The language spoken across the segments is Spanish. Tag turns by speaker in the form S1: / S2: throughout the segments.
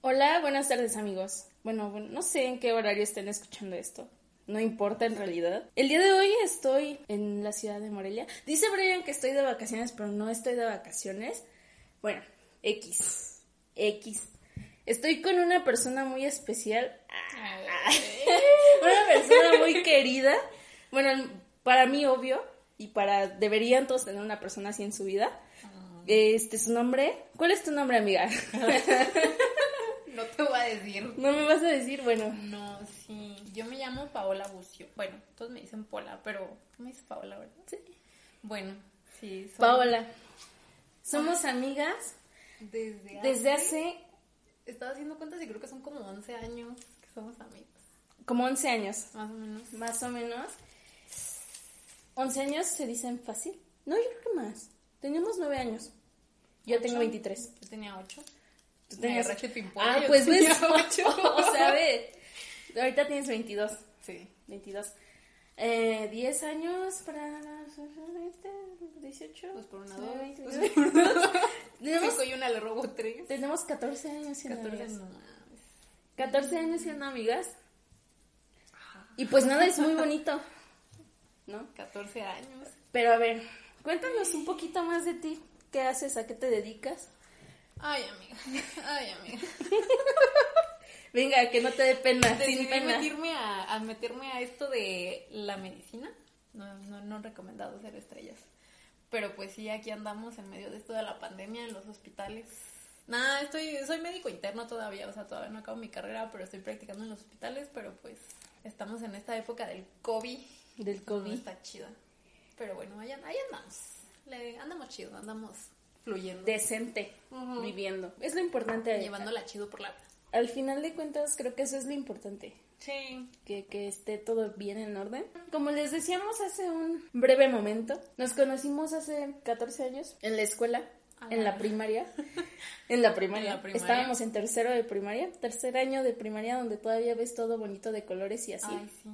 S1: Hola, buenas tardes amigos. Bueno, bueno, no sé en qué horario estén escuchando esto. No importa en realidad. El día de hoy estoy en la ciudad de Morelia. Dice Brian que estoy de vacaciones, pero no estoy de vacaciones. Bueno, X. X. Estoy con una persona muy especial. una persona muy querida. Bueno, para mí obvio. Y para deberían todos tener una persona así en su vida. Este, su nombre. ¿Cuál es tu nombre, amiga?
S2: No te voy a decir.
S1: ¿No me vas a decir? Bueno,
S2: No, sí. Yo me llamo Paola Bucio. Bueno, todos me dicen Pola, pero tú me dices Paola, ¿verdad? Sí. Bueno, sí. soy-
S1: Paola. Somos amigas
S2: Desde,
S1: desde hace
S2: Estaba haciendo cuentas y creo que son como 11 años que somos amigos,
S1: como 11 años,
S2: más o menos.
S1: más o menos. 11 años se dicen fácil. No, yo creo que más. Teníamos 9 años. Yo tengo
S2: Ocho.
S1: 23.
S2: Yo tenía 8.
S1: Tú
S2: Me
S1: tenías-
S2: agarraste sin poder,
S1: Ah,
S2: yo
S1: pues ves.
S2: tenía ocho.
S1: o sea, ve. Ahorita tienes 22.
S2: Sí.
S1: 22. Eh, 10 años para 18.
S2: Dos Pues por una,
S1: nueve,
S2: dos.
S1: veintidós.
S2: Dos por una, dos.
S1: Tenemos,
S2: Cinco y una le robo tres.
S1: tenemos 14 años siendo
S2: 14
S1: amigas.
S2: no.
S1: 14 años siendo amigas. Y pues nada, es muy bonito. ¿No?
S2: 14 años.
S1: Pero a ver, cuéntanos un poquito más de ti. ¿Qué haces? ¿A qué te dedicas?
S2: Ay, amiga. Ay, amiga.
S1: Venga, que no te dé pena,
S2: Decidí
S1: sin pena.
S2: meterme a, a meterme a esto de la medicina. No, no, no recomendado ser estrellas. Pero pues sí, aquí andamos en medio de esto de la pandemia en los hospitales. Nada, estoy, soy médico interno todavía, o sea, todavía no acabo mi carrera, pero estoy practicando en los hospitales, pero pues estamos en esta época del COVID.
S1: Del
S2: No
S1: COVID.
S2: está chida. Pero bueno, ahí, an- ahí andamos. Le- andamos chido, andamos fluyendo.
S1: Decente.
S2: Ujú.
S1: Viviendo. Es lo importante.
S2: Llevándola chido por la vida.
S1: Al final de cuentas, creo que eso es lo importante.
S2: Sí.
S1: que, que esté todo bien en orden. Como les decíamos hace un breve momento, nos conocimos hace 14 años en la escuela,
S2: Ah.
S1: en la primaria. En la primaria.
S2: En la primaria.
S1: Estábamos en tercero de primaria, tercer año de primaria donde todavía ves todo bonito de colores y así.
S2: Ay, sí.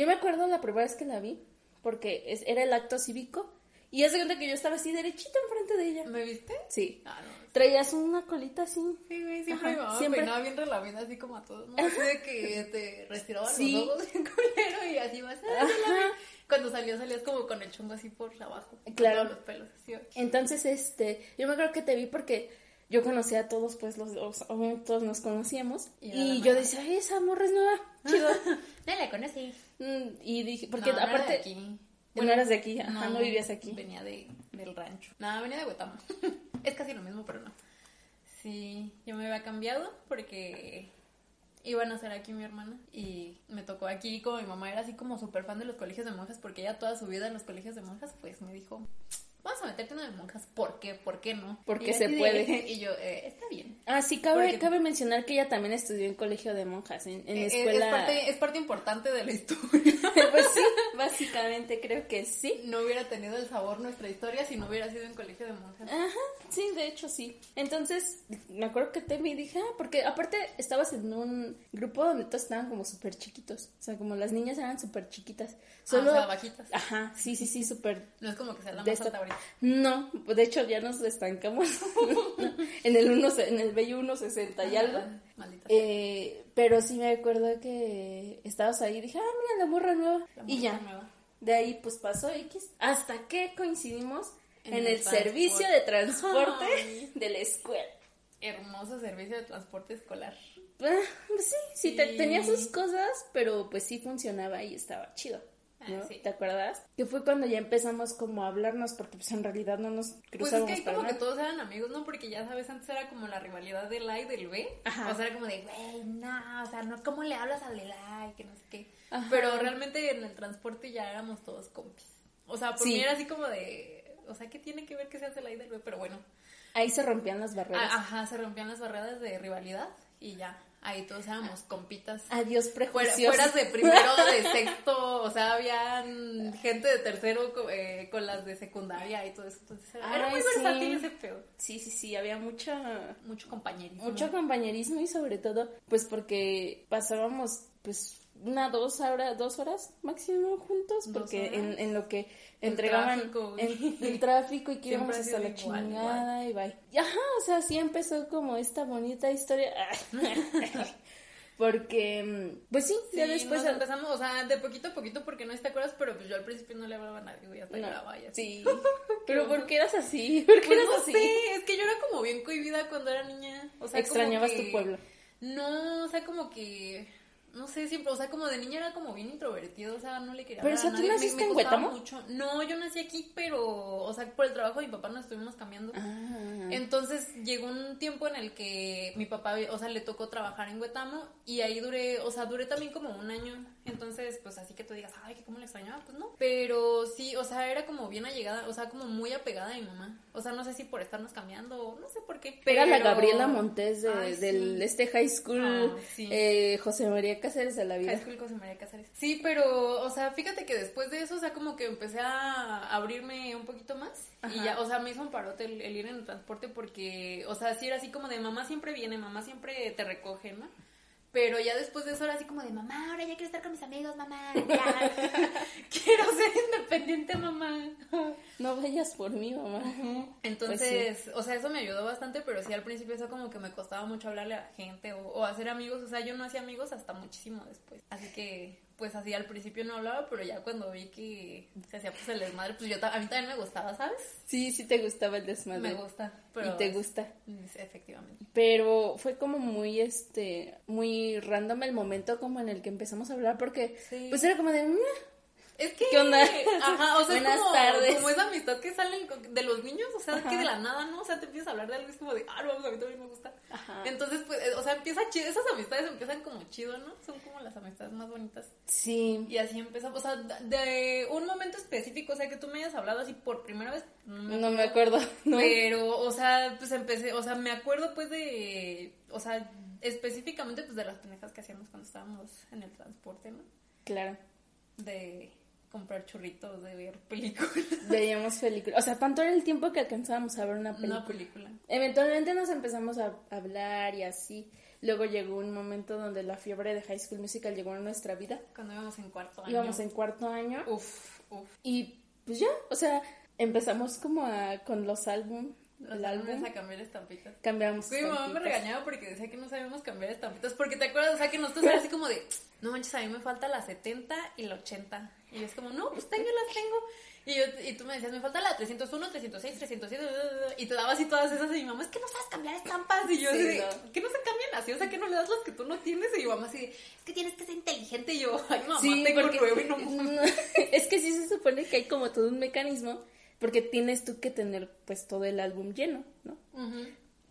S1: Yo me acuerdo la primera vez que la vi, porque es- era el acto cívico, y hace cuenta que yo estaba así derechita enfrente de ella.
S2: ¿Me viste?
S1: Sí.
S2: Ah, no,
S1: Traías una colita así.
S2: Sí, güey,
S1: Ajá,
S2: siempre mi mamá
S1: siempre.
S2: peinaba bien relamiendo así como a todos, ¿no? Así de que te retiraban
S1: Sí.
S2: los ojos bien culero y así vas. "Ah, yo la vi". Cuando salió, salías como con el chongo así por abajo. con
S1: Claro.
S2: todos los pelos así. güey.
S1: Entonces, este, yo me acuerdo que te vi porque yo conocía a todos, pues los, los- obviamente todos nos conocíamos.
S2: Y
S1: Y,
S2: era la
S1: yo
S2: nueva.
S1: decía, "Ay, esa morra es nueva, chido.
S2: No la conocí.
S1: Mm, y dije, porque
S2: No, no era
S1: aparte,
S2: de aquí.
S1: Bueno, eras de aquí, ajá, no vivías aquí.
S2: Venía de, del rancho. No, venía de Huetamo. es casi lo mismo, pero no. Sí, yo me había cambiado porque iba a nacer aquí mi hermana y me tocó aquí. Como mi mamá era así como súper fan de los colegios de monjas, porque ella toda su vida en los colegios de monjas, pues me dijo, vamos a meterte en uno de monjas. ¿Por qué? ¿Por qué no?
S1: Porque
S2: Y yo
S1: se
S2: así de-
S1: puede.
S2: Y yo, "Eh, está bien.
S1: ah, sí, cabe,
S2: Porque-
S1: cabe mencionar que ella también estudió en colegio de monjas, en, en
S2: Eh, eh,
S1: escuela.
S2: Es, parte, es parte importante de la historia.
S1: pues sí, básicamente creo que sí.
S2: No hubiera tenido el sabor nuestra historia si no hubiera sido en colegio de monjas.
S1: Ajá, sí, de hecho sí. Entonces, me acuerdo que te vi y dije, ah, porque aparte estabas en un grupo donde todos estaban como súper chiquitos. O sea, como las niñas eran súper chiquitas. Solo.
S2: Ah, o sea, bajitas.
S1: Ajá, sí, sí, sí, súper
S2: No es como que sea la
S1: De
S2: más
S1: esta-
S2: alta ahorita.
S1: No, de hecho ya nos estancamos en el uno, en el bello 160 y algo.
S2: Ah, Maldita.
S1: Eh, pero sí me acuerdo que estabas ahí y dije, ah, mira la morra nueva.
S2: sea, la
S1: y ya,
S2: mujer nueva.
S1: de ahí pues pasó X. Hasta que coincidimos
S2: En
S1: en,
S2: el
S1: el, servicio
S2: transporte.
S1: de transporte
S2: Ay.
S1: de la escuela.
S2: Hermoso servicio de transporte escolar.
S1: Ah, pues sí, sí, te-
S2: Sí.
S1: tenía sus cosas, pero pues sí funcionaba y estaba chido. ¿no?
S2: Ah, sí.
S1: ¿Te acuerdas? Que fue cuando ya empezamos como a hablarnos porque pues en realidad no nos
S2: Pues es
S1: cruzábamos
S2: que ahí
S1: para
S2: como que
S1: nada.
S2: todos eran amigos, ¿no? Porque ya sabes, antes era como la rivalidad del A y del B.
S1: Ajá.
S2: O sea, era como de, güey, no, o sea, no, ¿cómo le hablas al del A? Y que no sé qué.
S1: Ajá.
S2: Pero realmente en el transporte ya éramos todos compis. O sea, por
S1: Sí.
S2: mí era así como de, o sea, ¿qué tiene que ver que seas del A y del B? Pero bueno,
S1: Ahí se rompían las barreras.
S2: a- ajá, se rompían las barreras de rivalidad y ya, ahí todos éramos compitas.
S1: Adiós
S2: ah. Fuera,
S1: prejuicios.
S2: fueras de primero, de sexto, o sea, habían gente de tercero co- eh, con las de secundaria y todo eso. Entonces era, era
S1: Ay,
S2: muy
S1: sí.
S2: versátil ese pedo.
S1: Sí, sí, sí, había mucha
S2: Mucho compañerismo.
S1: mucho compañerismo y sobre todo pues porque pasábamos pues una dos horas, dos horas máximo juntos,
S2: Dos
S1: porque
S2: horas.
S1: en, en lo que
S2: El
S1: entregaban
S2: tráfico,
S1: en- el tráfico y que
S2: Siempre
S1: íbamos
S2: ha
S1: hasta
S2: sido
S1: la
S2: igual,
S1: chingada y bye. Y ajá, o sea, así empezó como esta bonita historia. porque, mm, pues sí,
S2: Sí,
S1: ya después...
S2: nos empezamos, o sea, de poquito a poquito porque no te acuerdas, pero pues yo al principio no le hablaba a nadie, güey, hasta
S1: no,
S2: grababa y
S1: sí,
S2: así.
S1: pero ¿por qué eras así? ¿Por qué
S2: Pues
S1: eras
S2: no
S1: así?
S2: sé, es que yo era como bien cohibida cuando era niña. O sea, como
S1: Extrañabas
S2: que-
S1: tu pueblo.
S2: No, o sea, como que. No sé, siempre. O sea, como de niña era como bien introvertido, o sea, no le quería
S1: Pero,
S2: hablar
S1: o sea,
S2: a
S1: ¿tú
S2: nadie. Me-
S1: naciste
S2: me
S1: en
S2: costaba
S1: Huetamo?
S2: mucho. No, yo nací aquí, pero. O sea, por el trabajo de mi papá nos estuvimos cambiando.
S1: Ah.
S2: Entonces llegó un tiempo en el que mi papá, o sea, le tocó trabajar en Huetamo y ahí duré, o sea, duré también como un año. Entonces, pues así que tú digas, ay, que cómo le extrañaba, pues no. Pero sí, o sea, era como bien allegada, o sea, como muy apegada a mi mamá. O sea, no sé si por estarnos cambiando o no sé por qué.
S1: Era la
S2: pero-
S1: Gabriela Montes de,
S2: Ay,
S1: del
S2: sí.
S1: este high school
S2: Ah, sí.
S1: eh, José María Cáceres de la vida.
S2: High School José María Cáceres. Sí, pero, o sea, fíjate que después de eso, o sea, como que empecé a abrirme un poquito más.
S1: Ajá.
S2: Y ya, o sea, me hizo un parote el, el ir en el transporte porque, o sea, sí era así como de mamá siempre viene, mamá siempre te recoge, ¿no? Pero ya después de eso era así como de mamá, ahora ya quiero estar con mis amigos, mamá. ya. quiero ser independiente, mamá.
S1: No vayas por mí, mamá.
S2: Entonces, o sea, eso me ayudó bastante, pero sí al principio eso como que me costaba mucho hablarle a la gente o, o hacer amigos, o sea, yo no hacía amigos hasta muchísimo después. Así que, pues así al principio no hablaba, pero ya cuando vi que se hacía pues el desmadre, pues yo ta- a mí también me gustaba, ¿sabes?
S1: Sí, sí te gustaba el desmadre.
S2: Me gusta, pero...
S1: Y te gusta.
S2: Mm, Efectivamente.
S1: Pero fue como muy, este, muy random el momento como en el que empezamos a hablar porque,
S2: Sí.
S1: pues era como de, "Mm,
S2: Es que...
S1: ¿Qué onda?
S2: Ajá, o sea, es
S1: Buenas
S2: como,
S1: tardes.
S2: como esa amistad que sale con- de los niños, o sea, que de la nada, ¿no? O sea, te empiezas a hablar de algo y es como de, ah, no, vamos, a mí también me gusta.
S1: Ajá.
S2: Entonces, pues, eh, o sea, empieza chido, esas amistades empiezan como chido, ¿no? Son como las amistades más bonitas.
S1: sí,
S2: Y así empezamos, o sea, de un momento específico, o sea, que tú me hayas hablado así por primera vez, no me
S1: no me acuerdo, ¿no?
S2: pero, o sea, pues empecé, o sea, me acuerdo pues de, o sea, específicamente pues de las pendejas que hacíamos cuando estábamos en el transporte, ¿no?
S1: Claro.
S2: De comprar churritos, de ver películas.
S1: Veíamos películas. O sea, tanto era el tiempo que alcanzábamos a ver una película.
S2: Una película.
S1: Eventualmente nos empezamos a hablar y así. Luego llegó un momento donde la fiebre de High School Musical llegó a nuestra vida.
S2: Cuando íbamos en cuarto año.
S1: Íbamos en cuarto año
S2: Uf, uf.
S1: y pues ya, o sea, empezamos como a, con los álbum,
S2: Los
S1: el álbum,
S2: álbumes a cambiar estampitas.
S1: cambiamos.
S2: Sí, mi mamá me
S1: estampitas.
S2: regañaba porque decía que no sabíamos cambiar estampitas. Porque te acuerdas, o sea, que nosotros era así como de, no manches, a mí me falta la 70 y la 80. Y yo es como, no, pues tengo, las tengo. Y, yo, y tú me decías, me falta la 301, 306, 307. bla, bla, bla. Y te dabas así todas esas. Y mi mamá, es que no sabes cambiar estampas. Y yo,
S1: Sí,
S2: así de,
S1: no.
S2: ¿qué no se cambian así? O sea, que no le das las que tú no tienes. Y mi mamá, así de, es que tienes que ser inteligente. Y yo, ay, mamá,
S1: Sí,
S2: tengo
S1: porque-
S2: nueve y no mames".
S1: no, es que sí se supone que hay como todo un mecanismo porque tienes tú que tener pues todo el álbum lleno, ¿no?
S2: Ujú.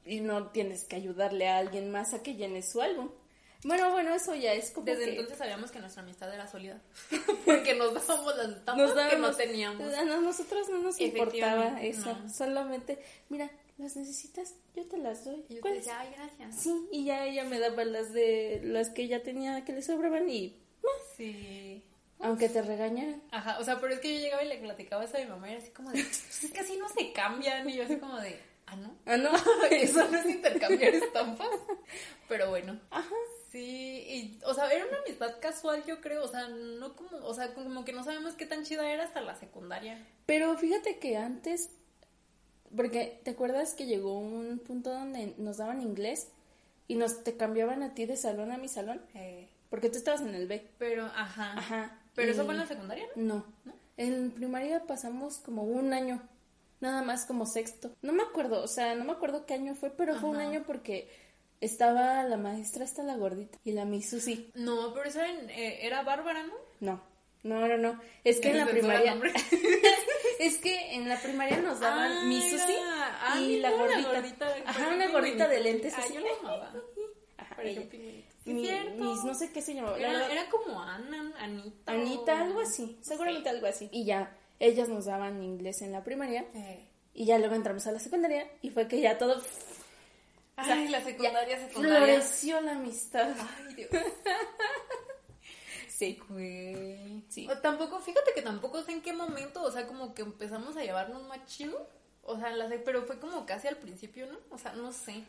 S1: Y no tienes que ayudarle a alguien más a que llene su álbum. Bueno, bueno, eso ya es como
S2: Desde
S1: que-
S2: entonces sabíamos que nuestra amistad era sólida. porque nos dábamos las estampas que no
S1: dábamos-
S2: teníamos.
S1: A no- nosotros no nos importaba
S2: Efectivamente,
S1: eso.
S2: no.
S1: Solamente, mira, las necesitas, yo te las doy.
S2: Y yo te
S1: ¿Cuáles?
S2: decía, ay, gracias.
S1: Sí, y ya ella me daba las de las que ya tenía que le sobraban y
S2: Sí.
S1: aunque te regañaran.
S2: Ajá, o sea, pero es que yo llegaba y le platicaba eso a mi mamá y era así como de, pues es que así no se cambian. Y yo así como de, ah, no.
S1: Ah, no.
S2: Eso no es intercambiar estampas. Pero bueno.
S1: Ajá.
S2: Sí, y, o sea, era una amistad casual, yo creo. O sea, no como, o sea, como que no sabemos qué tan chida era hasta la secundaria.
S1: Pero fíjate que antes porque te acuerdas que llegó un punto donde nos daban inglés y nos te cambiaban a ti de salón a mi salón
S2: Eh,
S1: porque tú estabas en el B.
S2: pero, ajá.
S1: Ajá.
S2: Ah, Pero eso
S1: Y-
S2: fue en la secundaria, ¿no?
S1: No. En primaria pasamos como un año, nada más como sexto. No me acuerdo, o sea, no me acuerdo qué año fue, pero fue un
S2: Ajá.
S1: año porque estaba la maestra hasta la gordita y la Miss Susi.
S2: No, pero eso era, en- eh, era Bárbara, ¿no?
S1: No, no, no, no. Es que en la
S2: Se censura el
S1: primaria,
S2: nombre.
S1: es que en la primaria nos daban
S2: Ah,
S1: Miss
S2: era-
S1: Susi
S2: ah,
S1: y la
S2: mira,
S1: gordita. Ajá, una gordita de lentes
S2: Ah,
S1: así.
S2: yo la amaba.
S1: Ajá,
S2: Parecía
S1: ella.
S2: un pingüinito. Sí,
S1: eh, Mi-
S2: cierto.
S1: Miss no sé qué se llamaba. la
S2: Era,
S1: verdad.
S2: era como Ana, Anita.
S1: Anita,
S2: o-
S1: algo así, seguramente algo así. Y ya, ellas nos daban inglés en la primaria
S2: Eh.
S1: y ya luego entramos a la secundaria y fue que ya todo
S2: Ay,
S1: sea,
S2: la secundaria, secundaria.
S1: Floreció la amistad.
S2: Ay, Dios.
S1: Sí.
S2: Güey.
S1: Sí.
S2: O tampoco, fíjate que tampoco sé en qué momento, o sea, como que empezamos a llevarnos más chido. O sea, la, sec- pero fue como casi al principio, ¿no? O sea, no sé.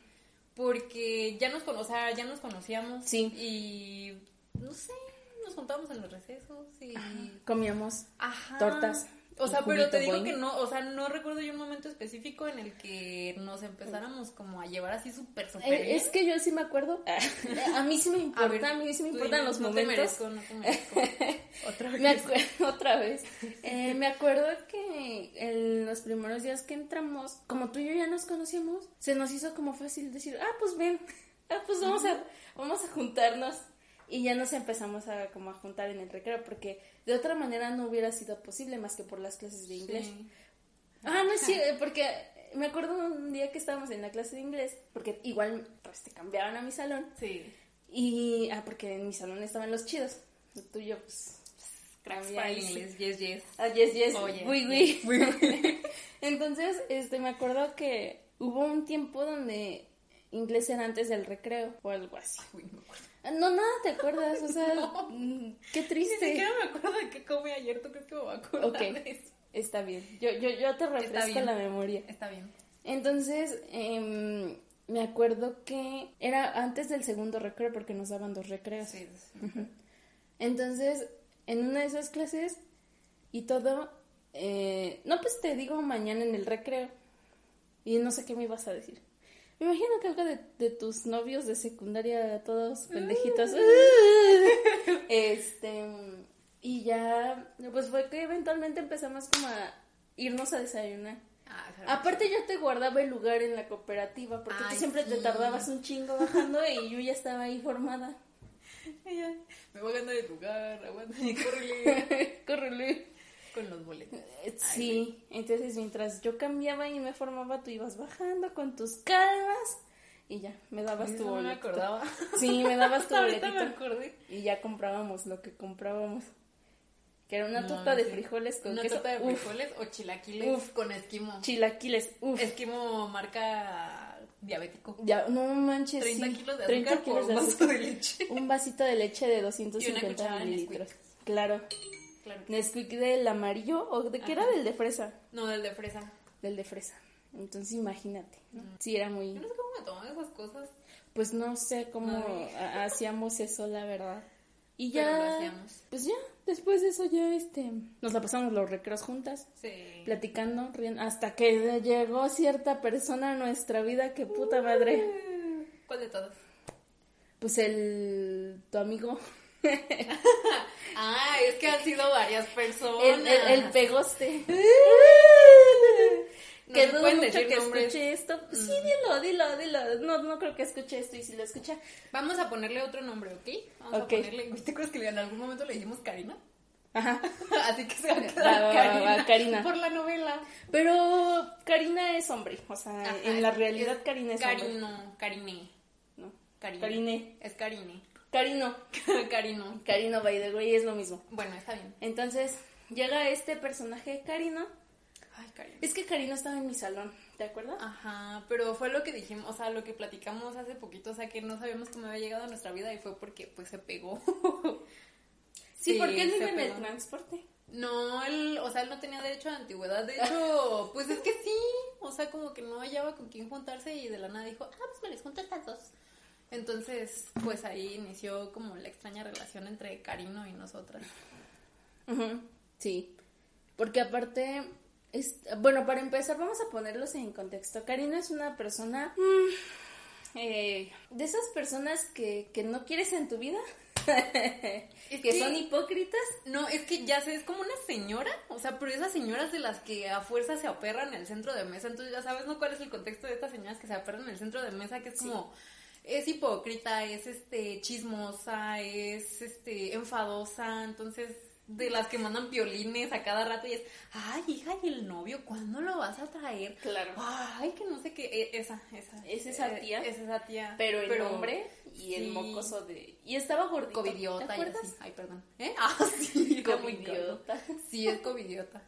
S2: Porque ya nos, cono- o sea, ya nos conocíamos.
S1: Sí.
S2: Y no sé, nos juntábamos en los recesos y...
S1: Comíamos.
S2: Ajá.
S1: Tortas.
S2: O sea,
S1: Un
S2: pero te
S1: juguito
S2: digo
S1: boing.
S2: que no, o sea, no recuerdo yo un momento específico en el que nos empezáramos como a llevar así súper, súper
S1: Eh,
S2: bien.
S1: es que yo sí me acuerdo. A mí sí me importa, a,
S2: ver,
S1: mí sí me
S2: tú
S1: importan
S2: dime,
S1: los
S2: no te
S1: momentos.
S2: merezco, no te merezco. Otra vez.
S1: Me acuerdo otra vez. Eh, me acuerdo que en los primeros días que entramos, como tú y yo ya nos conocíamos, se nos hizo como fácil decir, ah, pues ven, ah, pues vamos a, vamos a juntarnos. Y ya nos empezamos a como a juntar en el recreo, porque de otra manera no hubiera sido posible más que por las clases de inglés.
S2: Sí.
S1: Ah, no es cierto, porque me acuerdo un día que estábamos en la clase de inglés, porque igual pues te cambiaron a mi salón.
S2: Sí.
S1: Y, ah, porque en mi salón estaban los chidos. El tuyo, pues,
S2: Cracks
S1: Ay,
S2: para
S1: ahí
S2: el
S1: sí.
S2: inglés, yes, yes.
S1: ah, yes, yes,
S2: Oh, yes,
S1: oui, oui.
S2: yes. Oui, oui.
S1: Entonces, este, me acuerdo que hubo un tiempo donde inglés era antes del recreo o algo así.
S2: Uy, no me acuerdo.
S1: Ah, No, nada, ¿te acuerdas? O sea,
S2: No.
S1: mm, qué
S2: Ni siquiera
S1: triste.
S2: me acuerdo de qué comí ayer, ¿tú crees que me voy a acordar
S1: Ok,
S2: de eso?
S1: está bien. Yo, yo, yo te refresco
S2: bien.
S1: la memoria.
S2: Está bien.
S1: Entonces, em, me acuerdo que era antes del segundo recreo porque nos daban dos recreos.
S2: Sí, sí.
S1: Entonces, en una de esas clases y todo, eh, no, pues te digo mañana en el recreo. Y no sé qué me ibas a decir. Me imagino que algo de, de tus novios de secundaria, todos pendejitos. este, y ya, pues fue que eventualmente empezamos como a irnos a desayunar.
S2: Ah, claro.
S1: Aparte yo te guardaba el lugar en la cooperativa porque
S2: Ay,
S1: tú siempre te
S2: sí.
S1: tardabas un chingo bajando y yo ya estaba ahí formada.
S2: Ella, me voy a ganar el lugar, aguanta y córrele
S1: Correle.
S2: con los boletos.
S1: Eh, Sí, entonces mientras yo cambiaba y me formaba, tú ibas bajando con tus calmas y ya, me dabas tu
S2: Eso no me
S1: boletito.
S2: acordaba.
S1: Sí, me dabas tu
S2: Hasta ahorita me
S1: boletito
S2: acordé.
S1: y ya comprábamos lo que comprábamos. Que era una
S2: No,
S1: torta
S2: no
S1: de
S2: sé.
S1: frijoles con
S2: Una
S1: queso.
S2: torta de
S1: Uf,
S2: frijoles o chilaquiles
S1: Uf.
S2: con esquimo.
S1: chilaquiles, uf.
S2: esquimo marca diabético.
S1: Ya, no manches,
S2: 30
S1: sí,
S2: kilos de
S1: 30
S2: azúcar por
S1: kilos de
S2: un vaso
S1: azúcar.
S2: de leche.
S1: Un vasito de leche de
S2: Y una
S1: 250
S2: cucharada de
S1: mililitros. Claro.
S2: Claro. que-
S1: Nesquik del amarillo o de que era
S2: Ajá.
S1: del de fresa.
S2: No, el de fresa.
S1: Del de fresa. Entonces imagínate. ¿no? Sí, era muy...
S2: Yo no sé cómo me toman esas cosas.
S1: Pues no sé cómo
S2: No.
S1: ha- hacíamos eso, la verdad. Y
S2: Pero
S1: ya,
S2: lo hacíamos.
S1: pues ya, después de eso ya, este, nos la pasamos los recreos juntas,
S2: Sí.
S1: platicando, riendo, hasta que llegó cierta persona a nuestra vida que puta
S2: Uh.
S1: madre,
S2: ¿Cuál de todas?
S1: pues el, tu amigo,
S2: Ah, es que han sido varias personas.
S1: el, el, el pegoste.
S2: No
S1: que
S2: se
S1: dudo
S2: pueden
S1: mucho
S2: decir
S1: que
S2: nombres. Mm.
S1: escuche esto. Sí, dilo, dilo, dilo. No, no creo que escuche esto y si lo escucha,
S2: Vamos a ponerle otro nombre, ¿ok? Vamos
S1: Ok.
S2: a ponerle. ¿Te acuerdas que en algún momento le dijimos Karina?
S1: ajá.
S2: Así que se va a
S1: Va, va,
S2: quedar
S1: va, va,
S2: Karina.
S1: Karina.
S2: Por la novela.
S1: Pero Karina es hombre, o sea,
S2: Ajá,
S1: en la
S2: es-
S1: realidad
S2: es
S1: Karina es hombre.
S2: Carino, Karine.
S1: No.
S2: Karine.
S1: Karine.
S2: Es Karine.
S1: Karino.
S2: Karino.
S1: Karino, by the way, es lo mismo.
S2: Bueno, está bien.
S1: Entonces, llega este personaje, Karino.
S2: Ay, Karine.
S1: Es que Karino estaba en mi salón, ¿te acuerdas?
S2: Ajá, pero fue lo que dijimos, o sea, lo que platicamos hace poquito, o sea, que no sabíamos cómo había llegado a nuestra vida y fue porque, pues, se pegó.
S1: Sí, porque él
S2: se
S1: vive en el
S2: pegó.
S1: transporte.
S2: No, él, o sea, él no tenía derecho a antigüedad. De hecho, pues es que sí. O sea, como que no hallaba con quién juntarse y de la nada dijo, ah, pues me les junto a estas dos. Entonces, pues ahí inició como la extraña relación entre Karino y nosotras.
S1: Ujú, Sí. Porque aparte, es, bueno, para empezar, vamos a ponerlos en contexto. Karina es una persona. mm, eh, de esas personas que, que no quieres en tu vida,
S2: Es
S1: que son hipócritas.
S2: No, es que ya sé, es como una señora, o sea, pero esas señoras de las que a fuerza se aperran en el centro de mesa, entonces ya sabes, ¿no? ¿Cuál es el contexto de estas señoras que se aperran en el centro de mesa? Que es como, es hipócrita, es este, chismosa, es este, enfadosa, entonces, de las que mandan piolines a cada rato y es, ay, hija, ¿y el novio cuándo lo vas a traer?
S1: Claro.
S2: Ay, que no sé qué, E- esa, esa.
S1: Es esa
S2: Eh,
S1: tía.
S2: Es esa tía.
S1: Pero el hombre y el
S2: sí.
S1: mocoso de. Y estaba gordito.
S2: Covidiota
S1: ¿Te
S2: y
S1: acuerdas?
S2: así. Ay, perdón. ¿Eh? Ah, sí. era muy gordo.
S1: Covidiota.
S2: Sí, es covidiota.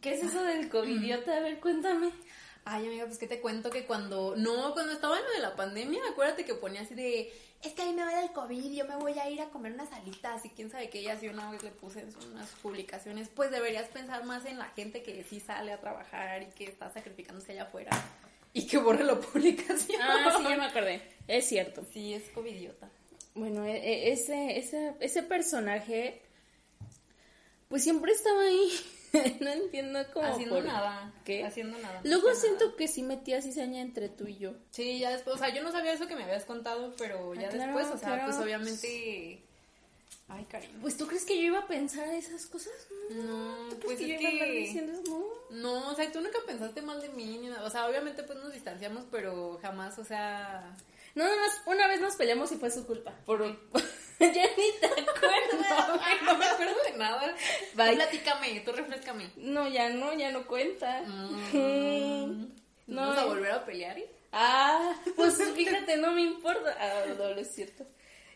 S1: ¿Qué es eso del covidiota? A ver, cuéntame.
S2: Ay, amiga, pues que te cuento que cuando. No, cuando estaba en lo de la pandemia, acuérdate que ponía así de. Es que a mí me va a dar el COVID, yo me voy a ir a comer unas alitas y quién sabe qué. Y así una vez le puse en unas publicaciones. Pues deberías pensar más en la gente que sí sale a trabajar y que está sacrificándose allá afuera. Y que borre la publicación.
S1: Ah, sí, ya me acordé. Es cierto.
S2: Sí, es covidiota.
S1: Bueno, e- e- ese, ese, ese personaje, pues siempre estaba ahí. no entiendo cómo.
S2: Haciendo
S1: por
S2: nada.
S1: ¿Qué?
S2: Haciendo nada.
S1: Luego
S2: haciendo
S1: siento
S2: nada.
S1: que sí metía cizaña entre tú y yo.
S2: Sí, ya después, o sea, yo no sabía eso que me habías contado, pero
S1: Ah,
S2: ya
S1: claro,
S2: después, o sea,
S1: claro.
S2: pues obviamente... Ay, cariño.
S1: Pues tú crees que yo iba a pensar esas cosas?
S2: No,
S1: ¿Tú crees
S2: pues
S1: que yo
S2: es
S1: iba a andar
S2: que...
S1: diciendo eso? No.
S2: No, o sea, tú nunca pensaste mal de mí, ni nada. o sea, obviamente pues nos distanciamos, pero jamás, o sea...
S1: No, nada más, una vez nos peleamos y fue su culpa. Por... ya ni te
S2: No,
S1: acuerdas.
S2: güey, no me acuerdo de nada.
S1: Bye.
S2: Tú platícame, tú refrescame.
S1: no, ya no, ya no cuenta.
S2: ¿No
S1: No,
S2: ¿Vamos a
S1: eh.
S2: volver a pelear? eh?
S1: Ah, pues fíjate, no me importa. Ah, no, no es cierto.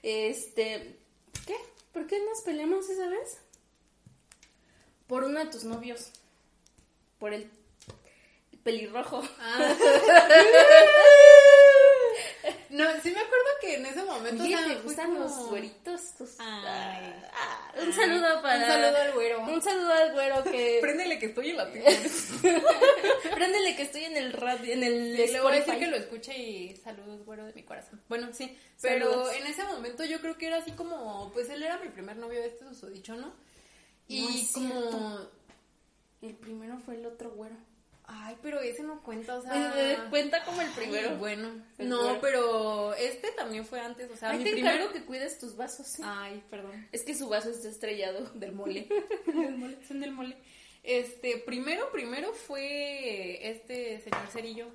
S1: Este, ¿qué? ¿Por qué nos peleamos esa vez? Por uno de tus novios. Por el pelirrojo.
S2: Ah. No, sí me acuerdo que en ese momento...
S1: Oye,
S2: o sea,
S1: te
S2: fue
S1: gustan
S2: como-
S1: los güeritos. Pues, tus-
S2: Ay.
S1: Ah, un saludo para...
S2: Un saludo al güero.
S1: Un saludo al güero que...
S2: Préndele que estoy en la tele.
S1: Préndele que estoy en el radio, en el
S2: Le voy a decir
S1: Spotify.
S2: que lo escuche y saludos, güero, de mi corazón. Bueno, sí, pero
S1: Saludos.
S2: en ese momento yo creo que era así como, pues él era mi primer novio, este susodicho, ¿no? Y
S1: No es
S2: como,
S1: cierto. El primero fue el otro güero.
S2: ay, pero ese no cuenta, o sea.
S1: Pues, eh, cuenta como el
S2: Ah. ay,
S1: primero.
S2: bueno,
S1: El
S2: no,
S1: güero.
S2: pero este también fue antes, o sea,
S1: Ahí
S2: mi
S1: te
S2: primer-
S1: encargo que cuides tus vasos. ¿sí?
S2: Ay, perdón.
S1: Es que su vaso está estrellado del mole.
S2: del mole, son del mole. Este, primero, primero fue este señor Cerillo,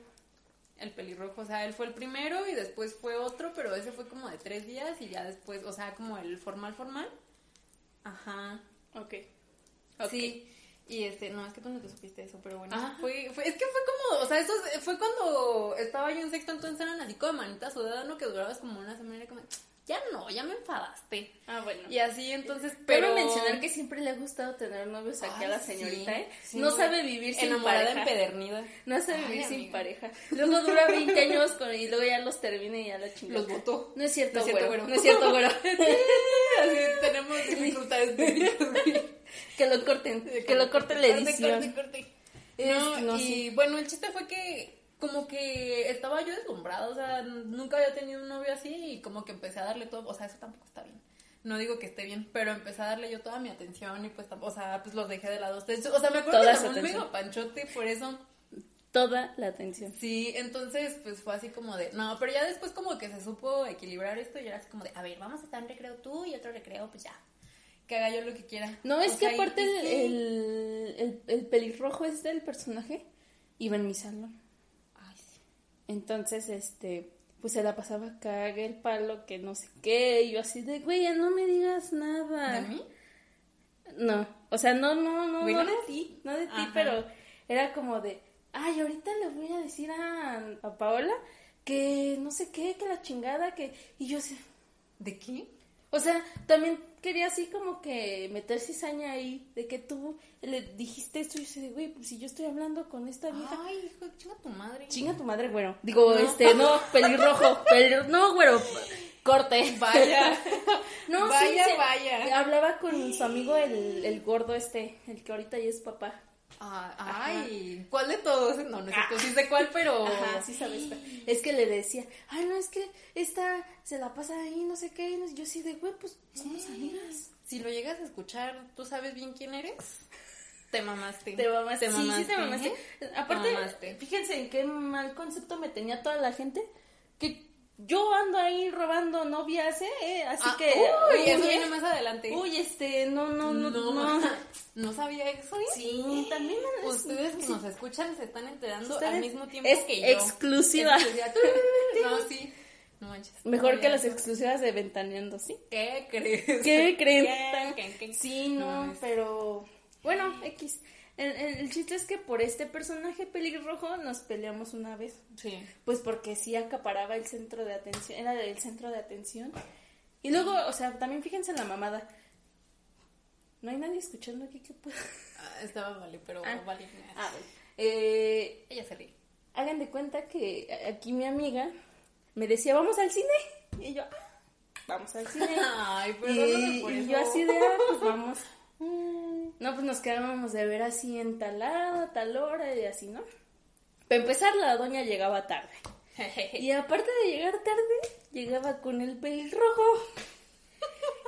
S2: el pelirrojo. O sea, él fue el primero y después fue otro, pero ese fue como de tres días y ya después, o sea, como el formal, formal. Ajá.
S1: ok.
S2: Sí. Y este, no, es que tú no te supiste eso, pero bueno.
S1: Ajá.
S2: Fue, fue- es que fue como, o sea, eso es- fue cuando estaba yo en sexto, entonces eran así como de manita sudada, ¿no? Que durabas como una semana y era como, ya no, ya me enfadaste.
S1: Ah, bueno.
S2: Y así entonces,
S1: Pero
S2: pero...
S1: mencionar que siempre le ha gustado tener novios aquí a la
S2: Ay, sí,
S1: señorita, ¿eh?
S2: sí.
S1: No sabe vivir sin
S2: Enamorada
S1: pareja.
S2: empedernida.
S1: No sabe
S2: Ay,
S1: vivir sin
S2: amiga.
S1: pareja. Luego dura 20 años con, y luego ya los termina y ya la chingada.
S2: Los votó.
S1: No es cierto,
S2: No es cierto,
S1: güero.
S2: güero.
S1: No es cierto, güero.
S2: Así tenemos dificultades
S1: que lo corten. Que lo corten la edición.
S2: No,
S1: Es- no,
S2: y
S1: sí.
S2: bueno, el chiste fue que como que estaba yo deslumbrada, o sea, nunca había tenido un novio así y como que empecé a darle todo, o sea, eso tampoco está bien. No digo que esté bien, pero empecé a darle yo toda mi atención y pues, tam- o sea, pues los dejé de lado. Ustedes- O sea, me acuerdo
S1: Toda
S2: que
S1: su
S2: Ramón me
S1: atención.
S2: dijo panchote por eso.
S1: Toda la atención.
S2: Sí, entonces pues fue así como de, no, pero ya después como que se supo equilibrar esto y era así como de, a ver, vamos a estar en recreo tú y otro recreo, pues ya, que haga yo lo que quiera.
S1: No,
S2: O
S1: es que
S2: sea, y-
S1: aparte el,
S2: y-
S1: el, el- el pelirrojo es del personaje. Iba en mi salón.
S2: Ay, sí.
S1: Entonces, este, pues se la pasaba cague el palo, que no sé qué, y yo así de, güey, ya no me digas nada.
S2: ¿De mí?
S1: No, o sea, no, no, no,
S2: Güey,
S1: no
S2: no.
S1: de ti, no de ti,
S2: Ajá.
S1: pero era como de, ay, ahorita le voy a decir a, a Paola que no sé qué, que la chingada, que, y yo así,
S2: ¿De qué?
S1: o sea, también quería así como que meter cizaña ahí, de que tú le dijiste esto, y yo así de, güey, pues si yo estoy hablando con esta vieja,
S2: Ay, hijo, chinga tu madre.
S1: Chinga tu madre, güero. Digo, este, no, pelirrojo. pelir- no, güero. Corte.
S2: Vaya.
S1: No, sí,
S2: Vaya,
S1: se-
S2: vaya.
S1: Hablaba con su amigo el, el gordo este, el que ahorita ya es papá.
S2: Ah, ay, ¿cuál de todos? No, no sé, tú sí sé cuál, pero...
S1: Ajá, sí sabes. Es que le decía, ay, no, es que esta se la pasa ahí, no sé qué. y no sé- Yo sí de, güey, pues somos amigas.
S2: Si lo llegas a escuchar, ¿tú sabes bien quién eres? Te mamaste.
S1: Te mamaste. Sí, sí te mamaste.
S2: ¿eh?
S1: Aparte,
S2: Te mamaste.
S1: fíjense en qué mal concepto me tenía toda la gente. Que yo ando ahí robando novias, ¿eh? eh, Así
S2: Ah,
S1: que.
S2: Uy, eso
S1: ¿eh?
S2: viene más adelante.
S1: Uy, este, no, no, no, no.
S2: No sabía eso. ¿eh?
S1: Sí, también me lo-
S2: Ustedes que nos escuchan se están enterando
S1: Ustedes-
S2: al mismo tiempo
S1: es
S2: que yo.
S1: exclusiva.
S2: Exclusiva. No, sí. No manches.
S1: Mejor que las
S2: las
S1: exclusivas de Ventaneando, ¿sí?
S2: ¿Qué crees?
S1: ¿Qué creen?
S2: ¿Qué, qué, qué?
S1: Sí, no,
S2: No, es-
S1: pero... Bueno, X. El, el- el chiste es que por este personaje pelirrojo nos peleamos una vez.
S2: Sí.
S1: Pues porque sí acaparaba el centro de atención, era el centro de atención. Y luego, o sea, también fíjense en la mamada. No hay nadie escuchando aquí que pueda...
S2: Ah, estaba vale, pero
S1: Ah.
S2: vale.
S1: Ah, bueno. eh,
S2: Ella se ríe.
S1: Hagan de cuenta que a- aquí mi amiga me decía, vamos al cine. Y yo, "Ah, vamos al cine.
S2: Ay,
S1: y,
S2: perdóname por
S1: y
S2: eso.
S1: yo así de, "Ah, pues vamos. Mm. No, pues nos quedábamos de ver así en tal lado, tal hora y así, ¿no? Para empezar, la doña llegaba tarde. Y aparte de llegar tarde, llegaba con el pelirrojo.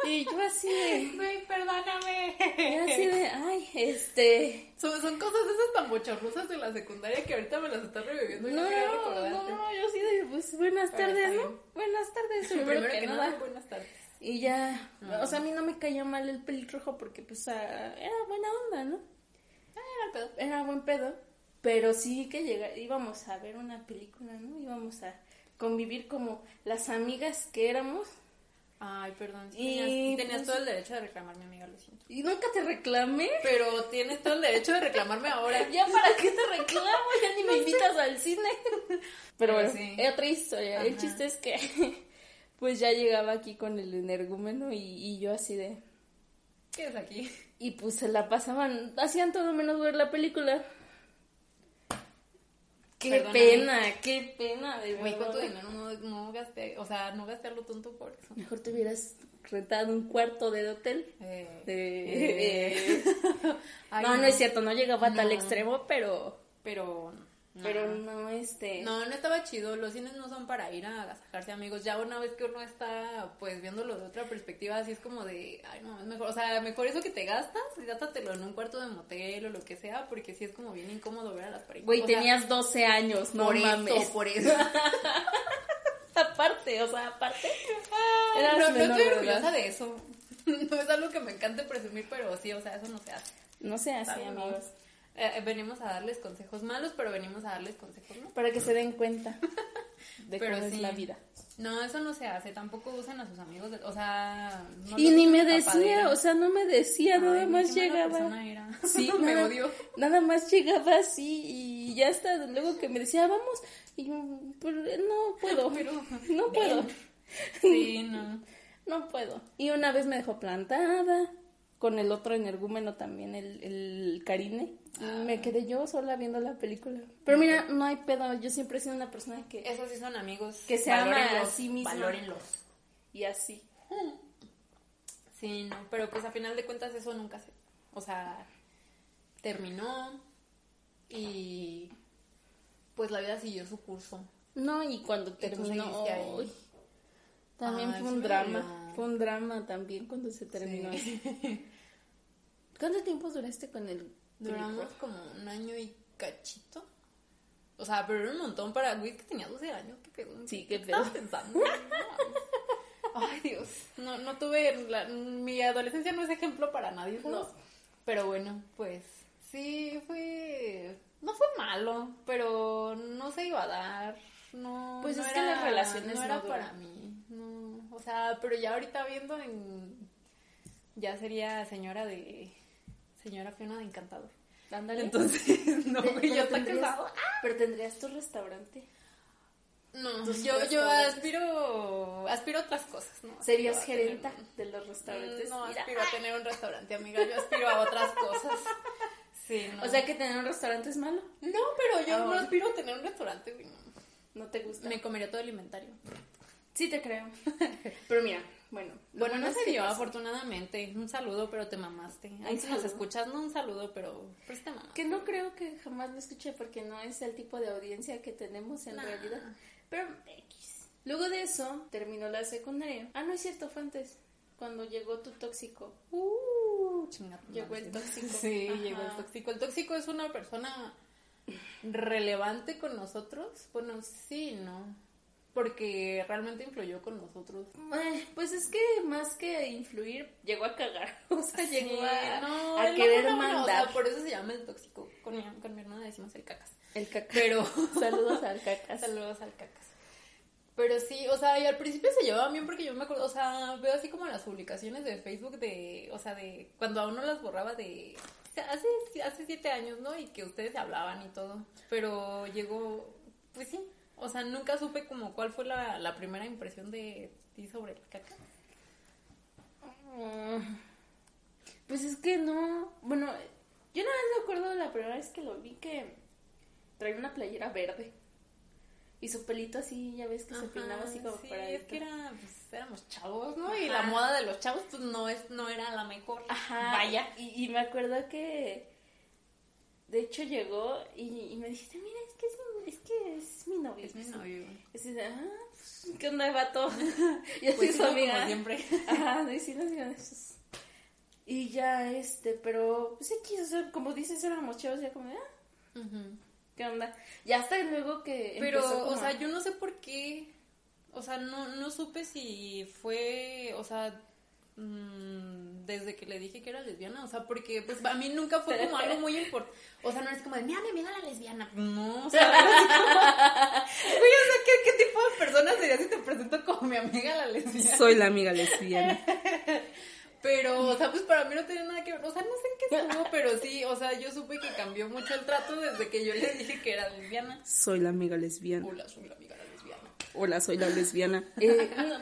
S1: Y yo así de,
S2: Güey,
S1: yo
S2: perdóname.
S1: así de, ay, este,
S2: Son, son cosas esas tan bochorrosas de la secundaria que ahorita me las estás reviviendo
S1: no,
S2: y no, quería
S1: no,
S2: recordarte.
S1: no, yo así de, pues buenas
S2: Pero está
S1: tardes, ¿no?
S2: bien.
S1: Buenas tardes, primero
S2: Primero
S1: que, nada.
S2: buenas tardes.
S1: Y ya, o sea, a mí no me cayó mal el pelirrojo porque pues ah, era buena onda, ¿no?
S2: Ah, era el pedo.
S1: Era buen pedo, pero sí que llega, íbamos a ver una película, ¿no? Íbamos a convivir como las amigas que éramos.
S2: Ay, perdón. sí
S1: Y,
S2: Tenías, tenías
S1: pues,
S2: todo el derecho de reclamarme, amiga, lo siento.
S1: Y nunca te reclamé.
S2: Pero tienes todo el derecho de reclamarme ahora.
S1: ¿Ya para qué te reclamo? Ya ni me invitas al cine. Pero
S2: Pero
S1: bueno,
S2: Pues sí.
S1: es otra historia. El
S2: Ajá.
S1: chiste es que pues ya llegaba aquí con el energúmeno y, y yo así de...
S2: ¿Qué es aquí?
S1: Y pues se la pasaban, hacían todo menos ver la película. Qué
S2: Perdóname.
S1: pena, qué pena de
S2: Güey, ¿cuánto
S1: verdad.
S2: dinero no, no gasté? O sea, no gasté a lo tonto por eso.
S1: Mejor te hubieras rentado un cuarto de hotel.
S2: Eh,
S1: De-
S2: eh. Ay,
S1: no, no, es cierto, no llegaba a tal
S2: No.
S1: extremo, pero...
S2: Pero. no.
S1: Pero no, este...
S2: No, no estaba chido. Los cines no son para ir a agasajarse, amigos. Ya una vez que uno está, pues, viéndolo de otra perspectiva, así es como de, ay, no, es mejor. O sea, mejor eso que te gastas, gástatelo en un cuarto de motel o lo que sea, porque sí es como bien incómodo ver a las parejas.
S1: Güey,
S2: O sea,
S1: tenías 12 años, no
S2: por
S1: mames.
S2: eso, por eso.
S1: Aparte, o sea, aparte.
S2: no,
S1: Eras
S2: Ah, no
S1: menor
S2: estoy
S1: de
S2: orgullosa
S1: edad.
S2: de eso. No es algo que me encante presumir, pero sí, o sea, eso no se hace.
S1: No sé así,
S2: ¿sabes? No.
S1: amigos.
S2: Eh, venimos a darles consejos malos, pero venimos a darles consejos buenos.
S1: Para que se den cuenta de
S2: Pero
S1: cómo es
S2: sí.
S1: la vida.
S2: No, eso no se hace, tampoco usan a sus amigos, de- o sea... no
S1: y
S2: los
S1: ni
S2: usan
S1: me
S2: de tapadera.
S1: decía, o sea, no me decía,
S2: Ay,
S1: nada
S2: güey,
S1: más
S2: qué mala
S1: llegaba.
S2: persona era.
S1: Sí,
S2: me
S1: nada,
S2: odio.
S1: nada más llegaba así y ya está. Luego que me decía, vamos, y yo, "Pero no puedo,
S2: Pero-
S1: no puedo,
S2: Sí, no.
S1: no puedo. Y una vez me dejó plantada con el otro energúmeno también, el, el Karine. Me quedé yo sola viendo la película. Pero mira, no hay pedo, yo siempre he sido una persona que...
S2: Esos sí son amigos.
S1: Que se ama
S2: Valórenlos,
S1: a sí misma.
S2: Valórenlos.
S1: Y así.
S2: Sí, no, pero pues a final de cuentas eso nunca se... O sea, terminó y pues la vida siguió su curso.
S1: No, y cuando
S2: Y tú
S1: terminó.
S2: seguiste ahí.
S1: ay, también
S2: Ay,
S1: fue
S2: sí
S1: un
S2: me
S1: drama.
S2: dolió.
S1: Fue un drama también cuando se terminó.
S2: Sí.
S1: ¿Cuánto tiempo duraste con el
S2: Duramos como un año y cachito. O sea, pero era un montón para Luis que tenía 12 años. ¿Qué pedo?
S1: Sí, qué
S2: estaba
S1: pedo.
S2: pensando? Ay, Dios. No, no tuve. la- mi adolescencia no es ejemplo para nadie. ¿sabes?
S1: No.
S2: Pero bueno, pues. Sí, fue. No fue malo, pero no se iba a dar. No.
S1: Pues
S2: no
S1: es que las relaciones
S2: no
S1: no
S2: era
S1: duran.
S2: para mí. No. O sea, pero ya ahorita viendo en. Ya sería señora de. Señora Fiona de Encantador.
S1: Ándale.
S2: Entonces, no,
S1: Te- Ah.
S2: güey,
S1: pero
S2: yo está
S1: tendrías-
S2: casado.
S1: Pero tendrías tu restaurante.
S2: No,
S1: Tus
S2: yo, yo
S1: restaurantes.
S2: aspiro, aspiro a otras cosas, ¿no?
S1: Serías
S2: Aspiro a tener
S1: gerenta
S2: un-
S1: de los restaurantes.
S2: Mm, No
S1: Mira,
S2: aspiro a tener un restaurante, amiga, yo aspiro a otras cosas. Sí, no.
S1: O sea que tener un restaurante es malo.
S2: no, pero yo
S1: Ah,
S2: no
S1: bueno.
S2: aspiro a tener un restaurante, güey, no.
S1: No te gusta.
S2: Me comería todo el inventario.
S1: Sí te creo. pero mira, bueno. lo
S2: Bueno, no
S1: es
S2: se
S1: que
S2: dio,
S1: pasó.
S2: afortunadamente. Un saludo, pero te mamaste. Ahí
S1: Un
S2: si nos
S1: saludo.
S2: escuchas, no un saludo, pero, pero te mamaste.
S1: Que no creo que jamás lo escuché porque no es el tipo de audiencia que tenemos en
S2: Nah.
S1: realidad. Pero X. Luego de eso, terminó la secundaria. Ah, no es cierto, fue antes. Cuando llegó tu tóxico.
S2: Uh, chinga tu
S1: Llegó
S2: madre.
S1: el tóxico.
S2: Sí,
S1: Ajá.
S2: llegó el tóxico. El tóxico es una persona relevante con nosotros. Bueno, sí, ¿no? Porque realmente influyó con nosotros.
S1: Eh, Pues es que más que influir, llegó a cagar. O sea, llegó a,
S2: no,
S1: a
S2: él no
S1: querer
S2: fue una buena- o sea,
S1: mandar.
S2: por eso se llama el tóxico. Con mi, con mi hermana decimos el cacas.
S1: El caca.
S2: Pero...
S1: Saludos al caca.
S2: Saludos al cacas. Pero sí, o sea, y al principio se llevaban bien porque yo me acuerdo, o sea, veo así como las publicaciones de Facebook de, o sea, de cuando aún no las borraba de, o sea, hace, hace siete años, ¿no? Y que ustedes hablaban y todo. Pero llegó, pues sí, o sea, nunca supe como cuál fue la, la primera impresión de ti sobre el cacas.
S1: Mm, Pues es que no. Bueno, yo nada más me acuerdo la primera vez que lo vi que traía una playera verde. Y su pelito así, ya ves que se peinaba así como
S2: sí,
S1: para.
S2: es que era, pues, éramos chavos, ¿no? Y
S1: Ajá.
S2: la moda de los chavos, pues, no, es, no era la mejor.
S1: Ajá.
S2: Vaya.
S1: Y, y me acuerdo que De hecho, llegó y, y me dijiste, mira, es que es mi, es que es mi novio.
S2: Es mi novio.
S1: Y así de, ah, pues, ¿qué onda, vato? y así
S2: Pues
S1: su
S2: sí, no,
S1: amiga.
S2: como siempre.
S1: Ajá, sí, sí, las ganas. Y ya, este, pero, pues X, o sea, como dices, éramos chavos, ya como, ah,
S2: Ujú.
S1: ¿qué onda? Ya hasta luego que
S2: Pero,
S1: empezó
S2: o
S1: como-
S2: sea, yo no sé por qué. O sea, no, no supe si fue, o sea, mm, desde que le dije que era lesbiana. O sea, porque pues a mí nunca fue como algo muy importante. O sea, no es como de, mira, mi amiga la lesbiana. No, o sea, era así como, güey, o sea, ¿qué, ¿qué tipo de persona sería si te presento como mi amiga la lesbiana?
S1: Soy la amiga lesbiana.
S2: Pero, o sea, pues para mí no tenía nada que ver. O sea, no sé en qué estuvo, pero sí, o sea, yo supe que cambió mucho el trato desde que yo le dije que era lesbiana.
S1: Soy la amiga lesbiana.
S2: Hola, soy la amiga la lesbiana.
S1: Hola, soy la lesbiana.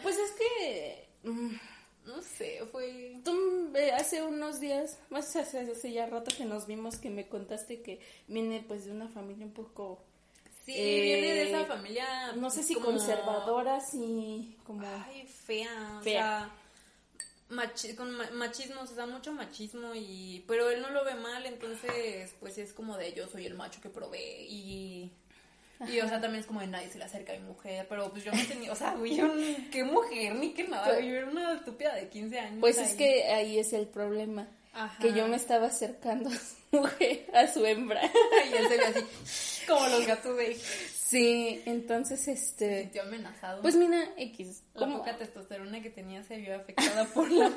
S1: pues es que mm,
S2: No sé, fue.
S1: tú eh, hace unos días, más hace, hace ya rato que nos vimos, que me contaste que viene pues de una familia un poco,
S2: Sí,
S1: Eh,
S2: viene de esa familia.
S1: no sé si
S2: como-
S1: conservadora, si como...
S2: Ay, fea.
S1: Fea.
S2: O sea, machi- con ma- machismo, o sea, mucho machismo. y Pero él no lo ve mal, entonces, pues es como de yo soy el macho que provee. Y. Y, o sea, también es como de nadie se le acerca a mi mujer. Pero pues yo no tenía. O sea, güey, yo. ni- ¿Qué mujer? Ni qué nada. güey, Yo era una estúpida de 15 años.
S1: Pues es
S2: ahí.
S1: que ahí es el problema,
S2: Ajá.
S1: que yo me estaba acercando a su mujer, a su hembra.
S2: Y él se ve así, como los gatos de.
S1: Sí, entonces
S2: Se
S1: este...
S2: sintió amenazado.
S1: Pues mira, X.
S2: la
S1: como-
S2: poca testosterona que tenía se vio afectada por la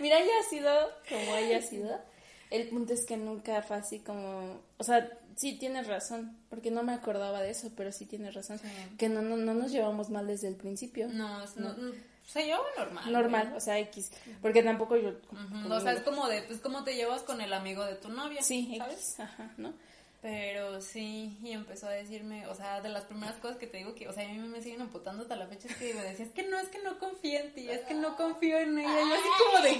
S1: Mira, haya sido como haya sido. El punto es que nunca fue así como. O sea, sí tienes razón, porque no me acordaba de eso, pero sí tienes razón.
S2: Sí.
S1: Que no, no, no nos llevamos mal desde el principio.
S2: No, es- no, no, se lleva normal.
S1: Normal,
S2: güey.
S1: o sea, X. Porque tampoco yo.
S2: Ujú, O sea, es como de, pues, cómo te llevas con el amigo de tu novia.
S1: Sí,
S2: ¿sabes?
S1: X. Ajá, ¿no?
S2: Pero sí, y empezó a decirme, o sea, de las primeras cosas que te digo que, o sea, a mí me siguen amputando hasta la fecha, es que me decía, es que no, es que no confío en ti, es que no confío en ella. Y yo así como de,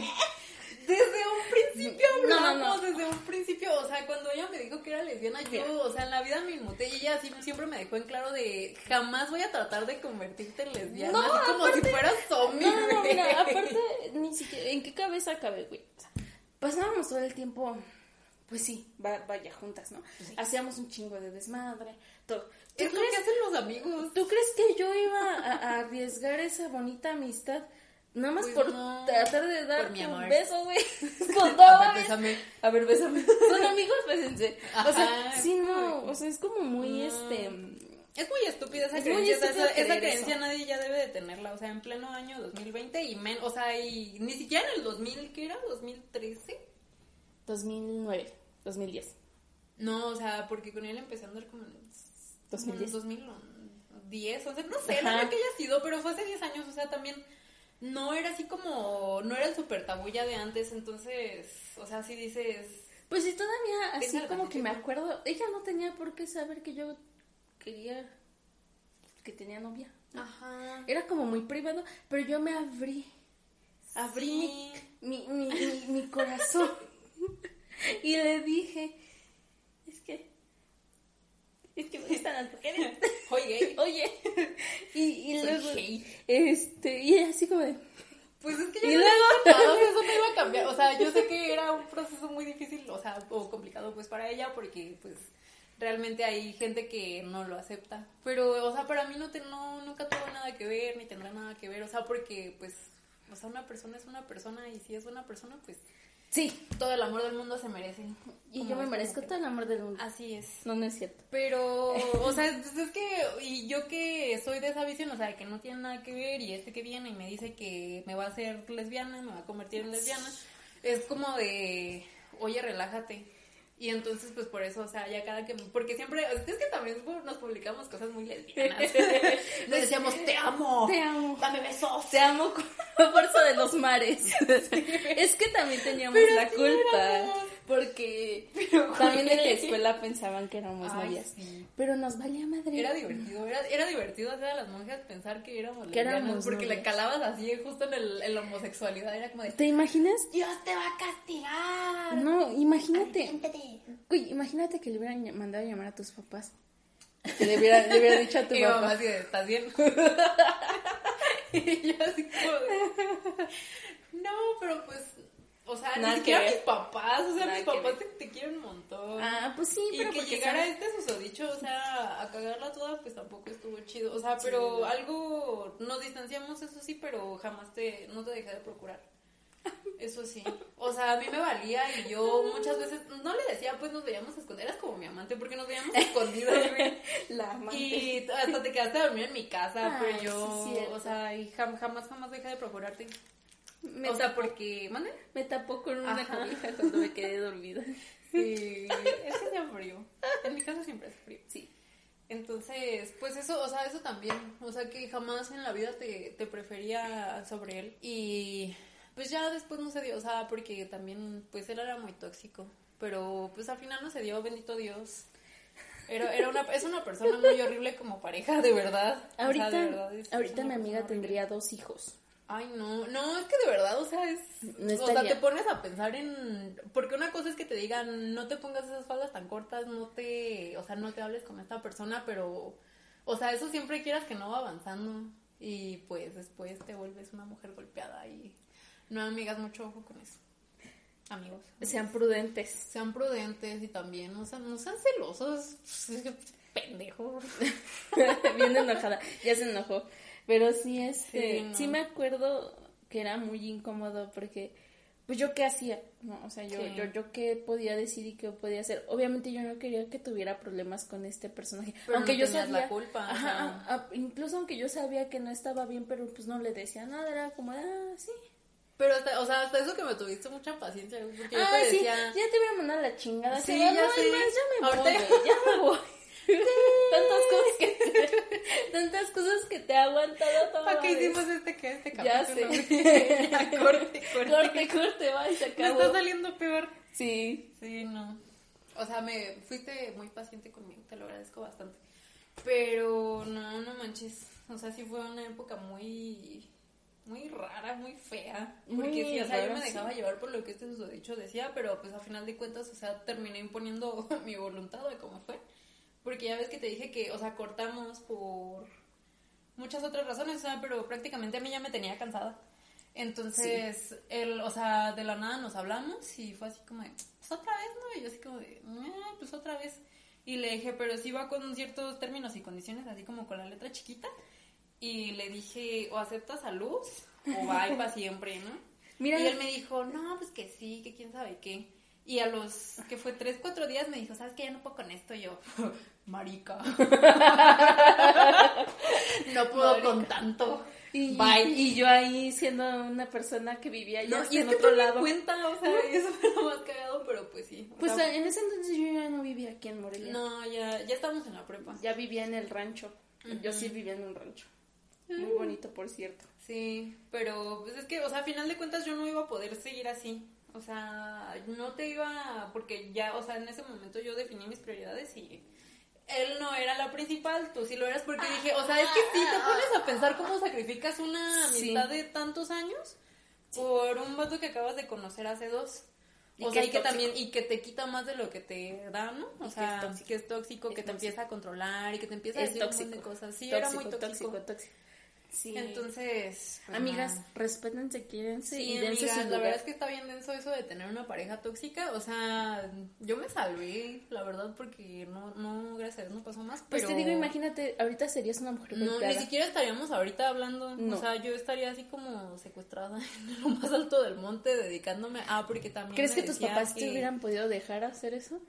S2: desde un principio
S1: No, no,
S2: hablamos,
S1: no.
S2: desde un principio, o sea, cuando ella me dijo que era lesbiana, yo, o sea, en la vida me inmuté y ella así siempre me dejó en claro de, jamás voy a tratar de convertirte en lesbiana,
S1: No,
S2: así como si fueras zombie.
S1: No, no, no,
S2: güey.
S1: mira, aparte, ni siquiera. ¿En qué cabeza cabe, güey? O sea, pasábamos todo el tiempo. Pues sí, va- vaya juntas, ¿no? Hacíamos un chingo de desmadre, todo. ¿Tú
S2: Es lo que hacen los amigos.
S1: ¿Tú crees que yo iba a, a arriesgar esa bonita amistad? Nada más
S2: Pues
S1: por
S2: no,
S1: tratar de
S2: por mi
S1: darte un
S2: amor.
S1: beso, güey. Con todo,
S2: A ver,
S1: güey.
S2: bésame.
S1: A ver, bésame. Son amigos, pésense. O sea,
S2: Ajá.
S1: sí, no. O sea, es como muy
S2: No.
S1: este.
S2: Es muy estúpida esa
S1: Es muy
S2: creencia. o sea,
S1: estúpido
S2: esa, esa
S1: creer
S2: creencia
S1: eso.
S2: nadie ya debe de tenerla. O sea, en pleno año 2020 y men, o sea, y ni siquiera en el 2000, ¿qué era? ¿2013?
S1: 2009, 2010,
S2: No, o sea, porque con él empecé a andar como en el
S1: 2010.
S2: 2010, o sea, no sé,
S1: Ajá.
S2: no sé qué haya sido, pero fue hace 10 años, o sea, también no era así como, no era el super tabulla de antes, entonces, o sea, si dices,
S1: Pues sí, todavía así
S2: Piénsalo
S1: como que me
S2: tantito.
S1: acuerdo. Ella no tenía por qué saber que yo quería. que tenía novia.
S2: ajá,
S1: Era como muy privado, pero yo me abrí. Abrí mi
S2: Sí.
S1: mi, mi, mi, mi corazón. y le dije, es que, es que me gustan las mujeres.
S2: oye,
S1: Oye, y, y
S2: Soy
S1: luego,
S2: gay.
S1: este, y ella así como de,
S2: Pues es que yo
S1: Y
S2: no
S1: luego-
S2: había tratado, o sea, eso no iba a cambiar. O sea, yo sé que era un proceso muy difícil, o sea, o complicado pues para ella, porque pues realmente hay gente que no lo acepta. Pero, o sea, para mí no, te, no nunca tuvo nada que ver, ni tendrá nada que ver, o sea, porque pues, o sea, una persona es una persona y si es una persona, pues
S1: sí,
S2: todo el amor del mundo se merece.
S1: y
S2: Como
S1: yo me
S2: es
S1: merezco
S2: como
S1: todo el amor del mundo.
S2: que- Así es.
S1: No, no es cierto.
S2: Pero, o sea, pues es que, y yo que soy de esa visión, o sea, que no tiene nada que ver, y este que viene y me dice que me va a hacer lesbiana, me va a convertir en lesbiana, es como de, oye, relájate. Y entonces, pues por eso, o sea, ya cada que, porque siempre, es que también pu- nos publicamos cosas muy lesbianas. Nos decíamos, te amo,
S1: Te amo.
S2: dame besos.
S1: Te amo con la fuerza de los mares. es que también teníamos
S2: Pero
S1: la
S2: sí
S1: culpa,
S2: éramos.
S1: porque
S2: Pero,
S1: también en la
S2: güey.
S1: escuela pensaban que éramos
S2: Ay,
S1: novias.
S2: sí.
S1: Pero nos valía madre.
S2: Era divertido, era, era divertido hacer a las monjas pensar que éramos
S1: Que
S2: lesbianas,
S1: éramos
S2: porque le
S1: novias.
S2: calabas así justo en, el, en la homosexualidad, era como de,
S1: ¿Te imaginas?
S2: Dios te va a castigar.
S1: No, imagínate.
S2: Siéntate.
S1: Güey, imagínate que le hubieran ll- mandado a llamar a tus papás. Que le hubieran, le hubieran dicho a tu
S2: Y mi mamá
S1: papá.
S2: así de, ¿estás bien? y yo así como de, No, pero pues, O sea,
S1: Nada
S2: ni siquiera
S1: que ver.
S2: mis papás. O sea,
S1: Nada
S2: mis
S1: que
S2: papás te, te quieren un montón.
S1: Ah, pues sí,
S2: y
S1: pero
S2: que
S1: porque
S2: llegara
S1: son-
S2: este susodicho, o sea, a cagarla toda, pues tampoco estuvo chido. O sea, pero
S1: no.
S2: algo. Nos distanciamos, eso sí, pero jamás te. No te dejé de procurar. Eso sí. O sea, a mí me valía y yo muchas veces. No le decía, pues nos veíamos a escondidas. Eras como mi amante, porque nos veíamos escondidas, güey.
S1: la amante.
S2: Y t- hasta te quedaste a dormir en mi
S1: Ay,
S2: casa, pero yo,
S1: sí es cierto.
S2: o sea, y jam- jamás, jamás deja de procurarte.
S1: me,
S2: o sea, porque, ¿mande?
S1: me tapó con una
S2: Ajá.
S1: cobija cuando me quedé dormida.
S2: Sí, es que hacía frío. En mi casa siempre hace frío.
S1: Sí.
S2: Entonces, pues eso, o sea, eso también. O sea, que jamás en la vida te, te prefería sobre él. Y pues ya después no se dio, o sea, porque también, pues él era muy tóxico. Pero pues al final no se dio, bendito Dios. Era, era una, es una persona muy horrible como pareja, de verdad. O sea, de
S1: Ahorita,
S2: verdad, es- es
S1: ahorita
S2: una
S1: mi amiga
S2: persona horrible.
S1: tendría dos hijos.
S2: Ay, no, no, es que de verdad, o sea, es...
S1: No
S2: o sea,
S1: estaría.
S2: te pones a pensar en... Porque una cosa es que te digan, no te pongas esas faldas tan cortas, no te... O sea, no te hables con esta persona, pero... O sea, eso siempre quieras que no va avanzando. Y pues después te vuelves una mujer golpeada y... No, amigas, mucho ojo con eso. Amigos.
S1: Sean prudentes.
S2: Sean prudentes y también, o sea, no sean celosos. Pendejo.
S1: Bien enojada, ya se enojó. Pero sí, este, sí,
S2: Sí, no.
S1: me acuerdo que era muy incómodo porque, pues yo qué hacía, ¿no? O sea, yo,
S2: Sí.
S1: yo, yo qué podía decir y qué podía hacer. Obviamente yo no quería que tuviera problemas con este personaje.
S2: Pero
S1: aunque
S2: no
S1: yo
S2: tenías
S1: sabía.
S2: la culpa, o
S1: Ajá,
S2: sea.
S1: a- a- incluso aunque yo sabía que no estaba bien, pero pues no le decía nada, era como, ah, sí.
S2: Pero hasta, o sea, hasta eso que me tuviste mucha paciencia. Porque yo
S1: ah,
S2: te
S1: sí,
S2: decía...
S1: ya te voy a mandar a la chingada.
S2: Sí,
S1: Sí, ya,
S2: ya sé.
S1: ya me voy,
S2: Ahorita-
S1: güey, ya me voy. tantas cosas que te, tantas cosas que te ha aguantado toda
S2: ¿Para qué
S1: la vez.
S2: hicimos este, que este
S1: Ya
S2: capítulo?
S1: sé.
S2: corte, corte.
S1: corte, corte, va y se
S2: Me
S1: acabó.
S2: está saliendo peor.
S1: Sí.
S2: Sí, no. O sea, me fuiste muy paciente conmigo, te lo agradezco bastante. Pero no, no manches. O sea, sí fue una época muy muy rara, muy fea. Porque
S1: Muy
S2: sí, o sea, yo
S1: rara,
S2: me
S1: sí.
S2: dejaba llevar por lo que este susodicho decía, pero pues a final de cuentas, o sea, terminé imponiendo mi voluntad a cómo fue. Porque ya ves que te dije que, o sea, cortamos por muchas otras razones, o sea, pero prácticamente a mí ya me tenía cansada. Entonces, él, o sea, de la nada nos hablamos y fue así como de, pues otra vez, ¿no? Y yo así como de, "Ah, pues otra vez. Y le dije, pero sí va con ciertos términos y condiciones, así como con la letra chiquita. Y le dije, o aceptas a Luz o bye para siempre, ¿no?
S1: Mira,
S2: y él me dijo, no, pues que sí, que quién sabe qué. Y a los que fue tres, cuatro días me dijo, ¿sabes qué? Ya no puedo con esto. Y yo, marica. no puedo con tanto.
S1: y,
S2: Bye.
S1: y yo ahí siendo una persona que vivía ya
S2: No,
S1: hasta
S2: y es
S1: en
S2: que
S1: otro
S2: tú
S1: lado.
S2: lado. cuenta, o sea, y eso fue lo más cagado, pero pues sí. o
S1: Pues
S2: sea, pues
S1: en ese entonces yo ya no vivía aquí en Morelia.
S2: no, ya, ya estamos en la prepa.
S1: Ya vivía en el rancho. Yo sí vivía en un rancho. Muy bonito, por cierto.
S2: Sí, pero pues es que, o sea, a final de cuentas yo no iba a poder seguir así. O sea, no te iba, porque ya, o sea, en ese momento yo definí mis prioridades y él no era la principal, tú sí lo eras porque dije, o sea, es que si te pones a pensar cómo sacrificas una
S1: Sí.
S2: amistad de tantos años por un vato que acabas de conocer hace dos.
S1: Y
S2: O
S1: que
S2: sea,
S1: es
S2: y que
S1: tóxico.
S2: también, y que te quita más de lo que te da, ¿no?
S1: Y que
S2: O
S1: es
S2: sea,
S1: tóxico.
S2: que es tóxico,
S1: Es
S2: que te
S1: tóxico.
S2: empieza a controlar y que te empieza a
S1: Es
S2: decir un
S1: tóxico.
S2: montón de cosas. Sí,
S1: tóxico,
S2: era muy tóxico.
S1: tóxico, tóxico. Sí.
S2: Entonces, pues,
S1: Amigas,
S2: nada.
S1: respétense, quiérense
S2: Sí,
S1: y dense
S2: amigas,
S1: su
S2: la
S1: lugar.
S2: verdad es que está bien denso eso de tener una pareja tóxica. O sea, yo me salvé, la verdad, porque no, no gracias a Dios no pasó más.
S1: Pues
S2: pero
S1: te digo, imagínate, ahorita serías una mujer
S2: No, ni
S1: golpeada.
S2: siquiera estaríamos ahorita hablando.
S1: No.
S2: O sea, yo estaría así como secuestrada en lo más alto del monte, dedicándome. Ah, porque también.
S1: ¿Crees que
S2: me
S1: tus
S2: decía
S1: papás
S2: que-
S1: te hubieran podido dejar hacer eso?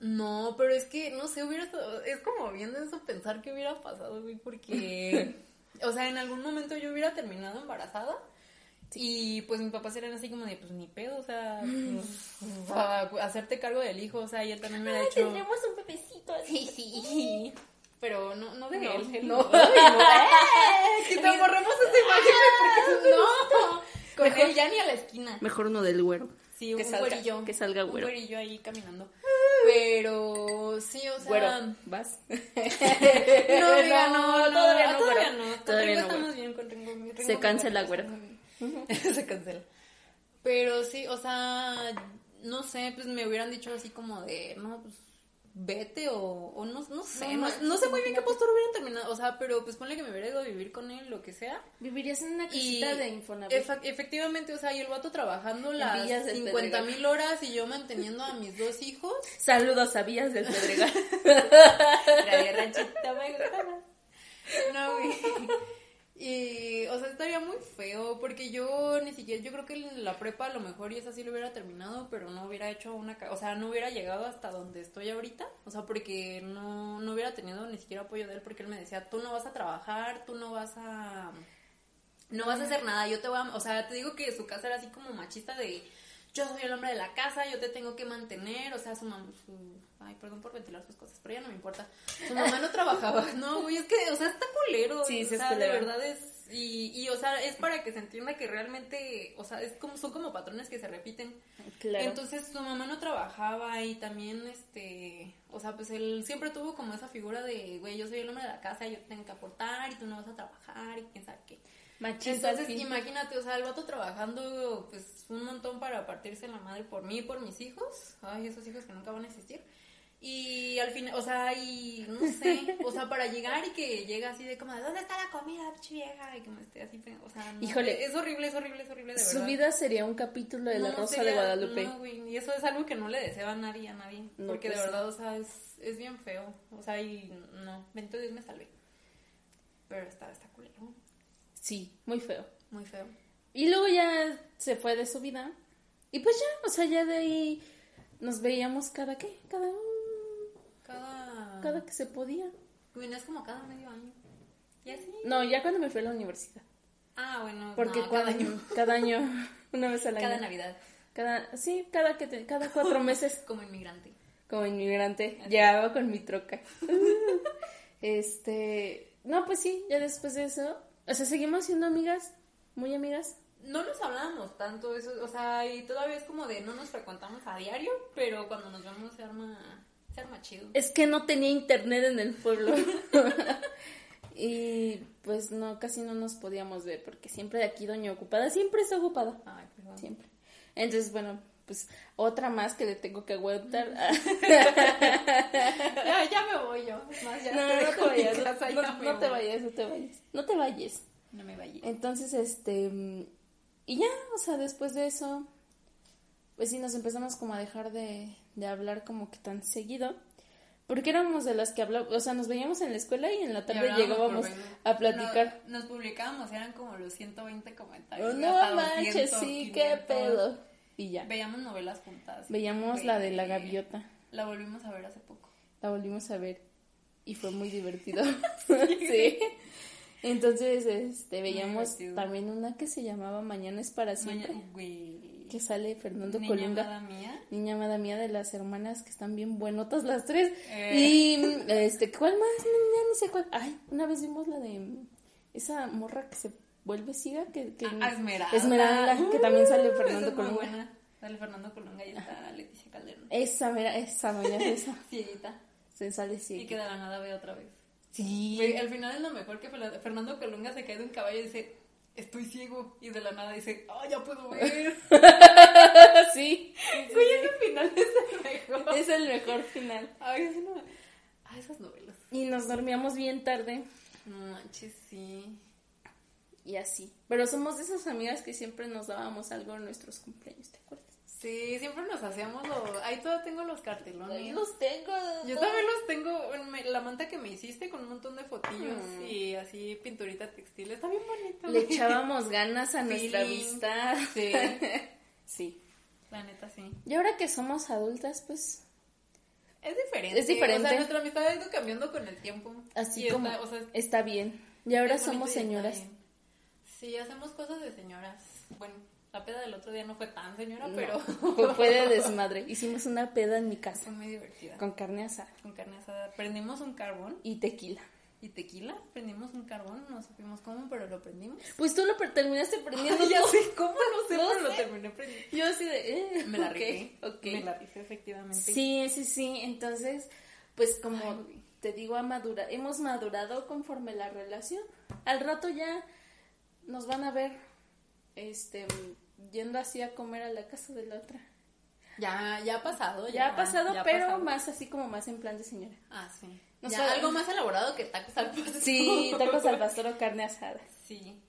S2: No, pero es que, no sé, hubiera estado- es como bien denso pensar que hubiera pasado, güey, porque, o sea, en algún momento yo hubiera terminado embarazada y pues mis papás eran así como de, pues ni pedo, o sea,
S1: Mm.
S2: pues, a- hacerte cargo del hijo, o sea, y él también me ha dicho...
S1: un bebecito
S2: Sí, sí. Pero no, no de
S1: No,
S2: él, él
S1: no.
S2: no. ¡Eh! Que te borremos esa imagen, güey, porque no. Con
S1: Mejor-
S2: él ya ni a la esquina.
S1: Mejor uno del güero. Que
S2: Sí, un
S1: salga-
S2: güerillo.
S1: que salga güero.
S2: Un güerillo ahí caminando. Pero sí, o sea.
S1: Güero, ¿vas?
S2: No, amiga, no, no,
S1: todavía no,
S2: Todavía
S1: güero.
S2: no. Con
S1: Todavía no, güero.
S2: Ringo estamos bien, con Ringo. mi Ringo
S1: Se
S2: me
S1: cancela,
S2: parece
S1: güero.
S2: muy bien. Se cancela. Pero sí, o sea, no sé, pues me hubieran dicho así como de, no, pues vete o, o no, no sé,
S1: No,
S2: no,
S1: no,
S2: no sé
S1: sí,
S2: muy bien qué
S1: imagínate.
S2: postura hubieran terminado, o sea, pero pues ponle que me hubiera ido a vivir con él, lo que sea.
S1: Vivirías en una
S2: Y
S1: casita de Infonavit.
S2: efa- efectivamente, o sea, y el vato trabajando las
S1: Villas este del
S2: 50 mil horas y yo manteniendo a mis dos hijos.
S1: Saludos a Villas del Pedregal.
S2: No, güey. Y, o sea, estaría muy feo, porque yo ni siquiera, yo creo que en la prepa a lo mejor y esa sí lo hubiera terminado, pero no hubiera hecho una, ca- o sea, no hubiera llegado hasta donde estoy ahorita, o sea, porque no, no hubiera tenido ni siquiera apoyo de él, porque él me decía, tú no vas a trabajar, tú no vas a, no vas a hacer nada, yo te voy a, o sea, te digo que su casa era así como machista de, yo soy el hombre de la casa, yo te tengo que mantener, o sea, su mamá, su, ay, perdón por ventilar sus cosas, pero ya no me importa, su mamá no trabajaba, no, güey, es que, o sea, está culero,
S1: Sí,
S2: o
S1: sí es
S2: sea,
S1: culero.
S2: de verdad es, y, y, o sea, es para que se entienda que realmente, o sea, es como, son como patrones que se repiten,
S1: Claro.
S2: entonces su mamá no trabajaba y también, este, o sea, pues él siempre tuvo como esa figura de, güey, yo soy el hombre de la casa, yo te tengo que aportar y tú no vas a trabajar y quién sabe qué.
S1: Machista.
S2: Entonces,
S1: al fin.
S2: imagínate, o sea, el vato trabajando pues un montón para partirse la madre por mí y por mis hijos. Ay, esos hijos que nunca van a existir. Y al final, o sea, y no sé, o sea, para llegar y que llega así de como, ¿dónde está la comida, pinche vieja? Y que me esté así, pe- o sea, no,
S1: Híjole.
S2: es horrible, es horrible, es horrible, de verdad.
S1: Su vida sería un capítulo de La
S2: No,
S1: Rosa
S2: sería-
S1: de Guadalupe.
S2: No, güey, y eso es algo que no le deseo a nadie, a nadie.
S1: No,
S2: porque
S1: pues
S2: de
S1: sí.
S2: verdad, o sea, es, es bien feo. O sea, y no, bendito Dios me salvé. Pero está, está culero,
S1: Sí, muy feo.
S2: muy feo.
S1: Y luego ya se fue de su vida. Y pues ya, o sea, ya de ahí nos veíamos cada qué, cada un-
S2: Cada.
S1: cada que se podía.
S2: Bueno, es como cada medio año. ¿Y así?
S1: No, ya cuando me fui a la universidad.
S2: Ah, bueno.
S1: Porque
S2: no,
S1: cuando-
S2: cada año.
S1: cada año, una vez al año.
S2: Cada Navidad.
S1: Cada- sí, cada que te- cada cuatro meses
S2: Como inmigrante.
S1: como inmigrante llegaba con mi troca. este, no, pues sí, ya después de eso, o sea, seguimos siendo amigas, muy amigas.
S2: No nos hablábamos tanto, eso, o sea, y todavía es como de no nos frecuentamos a diario, pero cuando nos vemos se arma, se arma chido.
S1: Es que no tenía internet en el pueblo. y pues no, casi no nos podíamos ver porque siempre de aquí doña ocupada siempre está ocupada.
S2: Ay, perdón.
S1: Siempre. Entonces, bueno, pues otra más que le tengo que aguantar.
S2: Ya, ya me voy yo. Es más, ya
S1: no,
S2: te
S1: no
S2: dejo
S1: te
S2: en mi
S1: vayas.
S2: casa,
S1: no-
S2: ya me
S1: no te
S2: voy.
S1: vayas, Eh, no te vayas. No te vayas.
S2: No me vayas.
S1: Entonces, este, mm, y ya, o sea, después de eso, pues sí, nos empezamos como a dejar de, de hablar como que tan seguido, porque éramos de las que hablábamos, o sea, nos veíamos en la escuela y en la tarde
S2: hablábamos
S1: llegábamos
S2: por Facebook.
S1: a platicar. Oh,
S2: No, nos publicábamos, eran como los 120 comentarios.
S1: No,
S2: hasta
S1: manches,
S2: 200,
S1: sí, qué
S2: 500.
S1: pedo. Y ya,
S2: Veíamos novelas juntas.
S1: veíamos la de la
S2: Güey.
S1: gaviota,
S2: La volvimos a ver hace poco.
S1: la volvimos a ver y fue muy divertido. sí. Entonces, este, veíamos
S2: divertido.
S1: también una que se llamaba Mañana es para siempre,
S2: Mañana- güey.
S1: que sale Fernando
S2: Niña
S1: Colunga.
S2: amada mía.
S1: Niña amada mía de las hermanas que están bien buenotas las tres.
S2: Eh.
S1: Y mm, este, ¿cuál más? No, ya ni sé cuál. Ay, una vez vimos la de mm, esa morra que se vuelve ciega que, que
S2: Ah, Esmeralda.
S1: Esmeralda, que también sale
S2: Uh, esa
S1: Fernando
S2: es muy
S1: Colunga.
S2: buena. Sale Fernando Colunga y está Leticia Calderón.
S1: Esa, mira, esa mañana esa.
S2: Cieguita.
S1: Se sale
S2: Y
S1: ciega.
S2: que de la nada ve otra vez. Güey,
S1: Sí.
S2: al final es lo mejor que Fel- Fernando Colunga se cae de un caballo y dice, estoy ciego. Y de la nada dice, ah, ya puedo ver.
S1: Sí.
S2: Güey, ese final es el mejor.
S1: Es el mejor final.
S2: Ay, es una... Ah, esas novelas.
S1: Y nos dormíamos bien tarde
S2: No manches, sí.
S1: y así. Pero somos de esas amigas que siempre nos dábamos algo en nuestros cumpleaños, ¿te acuerdas?
S2: Sí, siempre nos hacíamos los... Ahí todavía tengo los cartelones.
S1: los tengo.
S2: Yo también los tengo, me- la manta que me hiciste con un montón de fotillos
S1: Mm.
S2: y así pinturita textil, está bien bonito.
S1: Le
S2: güey.
S1: echábamos ganas a nuestra
S2: Feeling.
S1: amistad.
S2: Sí,
S1: Sí.
S2: la neta sí.
S1: Y ahora que somos adultas, pues
S2: Es diferente.
S1: Es diferente.
S2: O sea, nuestra amistad ha ido cambiando con el tiempo.
S1: así
S2: Y está-
S1: como
S2: o sea,
S1: está, bien. Y ahora
S2: es bonito
S1: somos
S2: y está
S1: señoras.
S2: bien. Sí, hacemos cosas de señoras. Bueno, la peda del otro día no fue tan señora,
S1: No,
S2: pero
S1: fue- Fue de desmadre. Hicimos una peda en mi
S2: fue
S1: casa
S2: muy divertida. Con,
S1: con carne asada
S2: carne asada. Prendimos un carbón
S1: y tequila.
S2: y tequila. Prendimos un carbón, no supimos cómo, pero lo prendimos.
S1: Pues tú lo per- terminaste prendiendo.
S2: ya
S1: tú.
S2: sé cómo, no sé,
S1: No
S2: pero lo
S1: sé.
S2: terminé prendiendo.
S1: Yo así de... eh,
S2: Me la
S1: ok,
S2: rifé.
S1: ok.
S2: Me la rifé, efectivamente.
S1: Sí, sí, sí. Entonces, pues como
S2: Ay, güey.
S1: te digo, ha madura, hemos madurado conforme la relación. Al rato ya nos van a ver este yendo así a comer a la casa de la otra.
S2: Ya, ya ha pasado.
S1: Ya ha pasado,
S2: ya ha
S1: pero
S2: pasado.
S1: más así como más en plan de señora.
S2: Ah, sí.
S1: No
S2: Ya
S1: sabe-
S2: algo más elaborado que tacos al pastor.
S1: Sí, tacos al pastor o carne asada.
S2: Sí.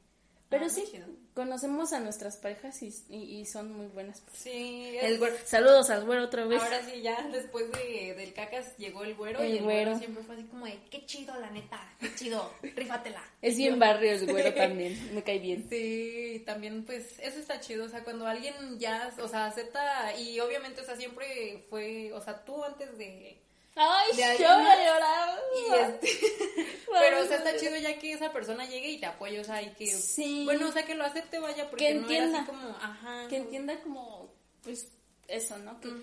S1: Pero
S2: Ah,
S1: sí,
S2: muy chido.
S1: conocemos a nuestras parejas y, y- y son muy buenas.
S2: Sí.
S1: El
S2: es-
S1: güero- Saludos al güero otra vez.
S2: Ahora sí, ya después de, del cacas llegó el güero
S1: El
S2: y el güero.
S1: güero.
S2: siempre fue así como de, qué chido, la neta, qué chido, rífatela.
S1: es bien barrio el güero también, me cae bien.
S2: Sí, también pues eso está chido, o sea, cuando alguien ya, o sea, acepta y obviamente, o sea, siempre fue, o sea, tú antes de...
S1: Ay,
S2: De
S1: yo
S2: alguien
S1: voy
S2: más.
S1: a llorar.
S2: Y este, pero, o sea, está chido ya que esa persona llegue y te apoye, o sea, y que...
S1: Sí.
S2: Bueno, o sea, que lo acepte, vaya, porque
S1: Que
S2: no
S1: entienda.
S2: era así como, ajá.
S1: que entienda como, pues, eso, ¿no? Que,
S2: Ujú.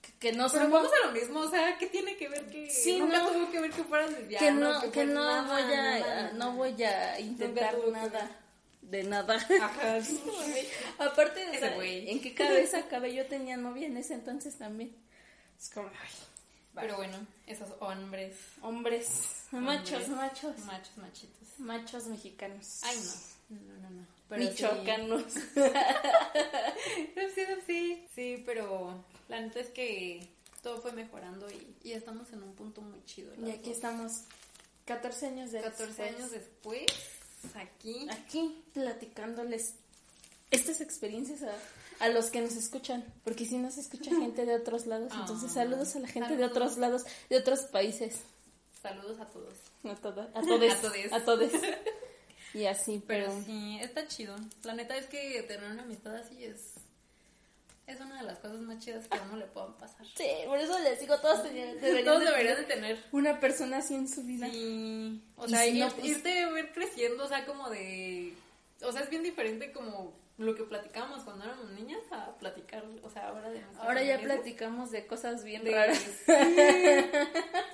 S1: que- que no
S2: Pero
S1: somos...
S2: vamos a lo mismo, o sea, ¿qué tiene que ver que
S1: Sí,
S2: nunca
S1: no.
S2: tuvo que ver que fueran lesbianas?
S1: que no, que
S2: fueran-
S1: no
S2: nada,
S1: voy a,
S2: nada,
S1: no voy a intentar
S2: tuvo que
S1: nada. De nada.
S2: Ajá.
S1: Aparte, o
S2: Ese
S1: sea,
S2: güey.
S1: ¿en qué cabeza cabe? Yo tenía novia en ese entonces también. Es como, ay,
S2: Pero bueno, esos hombres,
S1: hombres, machos, machos,
S2: machos, machitos.
S1: machos mexicanos.
S2: Ay, no. No, no, no.
S1: Michoacanos.
S2: Sí, sí, sí. Sí, pero la neta es que todo fue mejorando y, y estamos en un punto muy chido.
S1: Y aquí estamos, 14 años de
S2: 14 años después, aquí.
S1: aquí platicándoles estas experiencias a, a los que nos escuchan, porque si nos escucha gente de otros lados,
S2: Ah.
S1: entonces saludos a la gente de
S2: Saludos.
S1: otros lados, de otros países,
S2: Saludos a todos.
S1: a, toda- a todes,
S2: A todes.
S1: a todes. Y así, pero,
S2: Pero sí, está chido. La neta es que tener una amistad así es. Es una de las cosas más chidas que a uno le puedan pasar.
S1: sí, por eso les digo, todos tenían- deberían
S2: Todos
S1: de
S2: deberían de
S1: tener
S2: tener.
S1: una persona así en su vida.
S2: Sí. O
S1: Y
S2: sea,
S1: si no,
S2: ir-
S1: pues-
S2: irte a ver creciendo, o sea, como de. O sea, es bien diferente como lo que platicábamos cuando éramos niñas a platicar. O sea, ahora de. nuestras
S1: Ahora ya
S2: niñezas,
S1: platicamos de cosas bien
S2: de-
S1: raras,
S2: sí.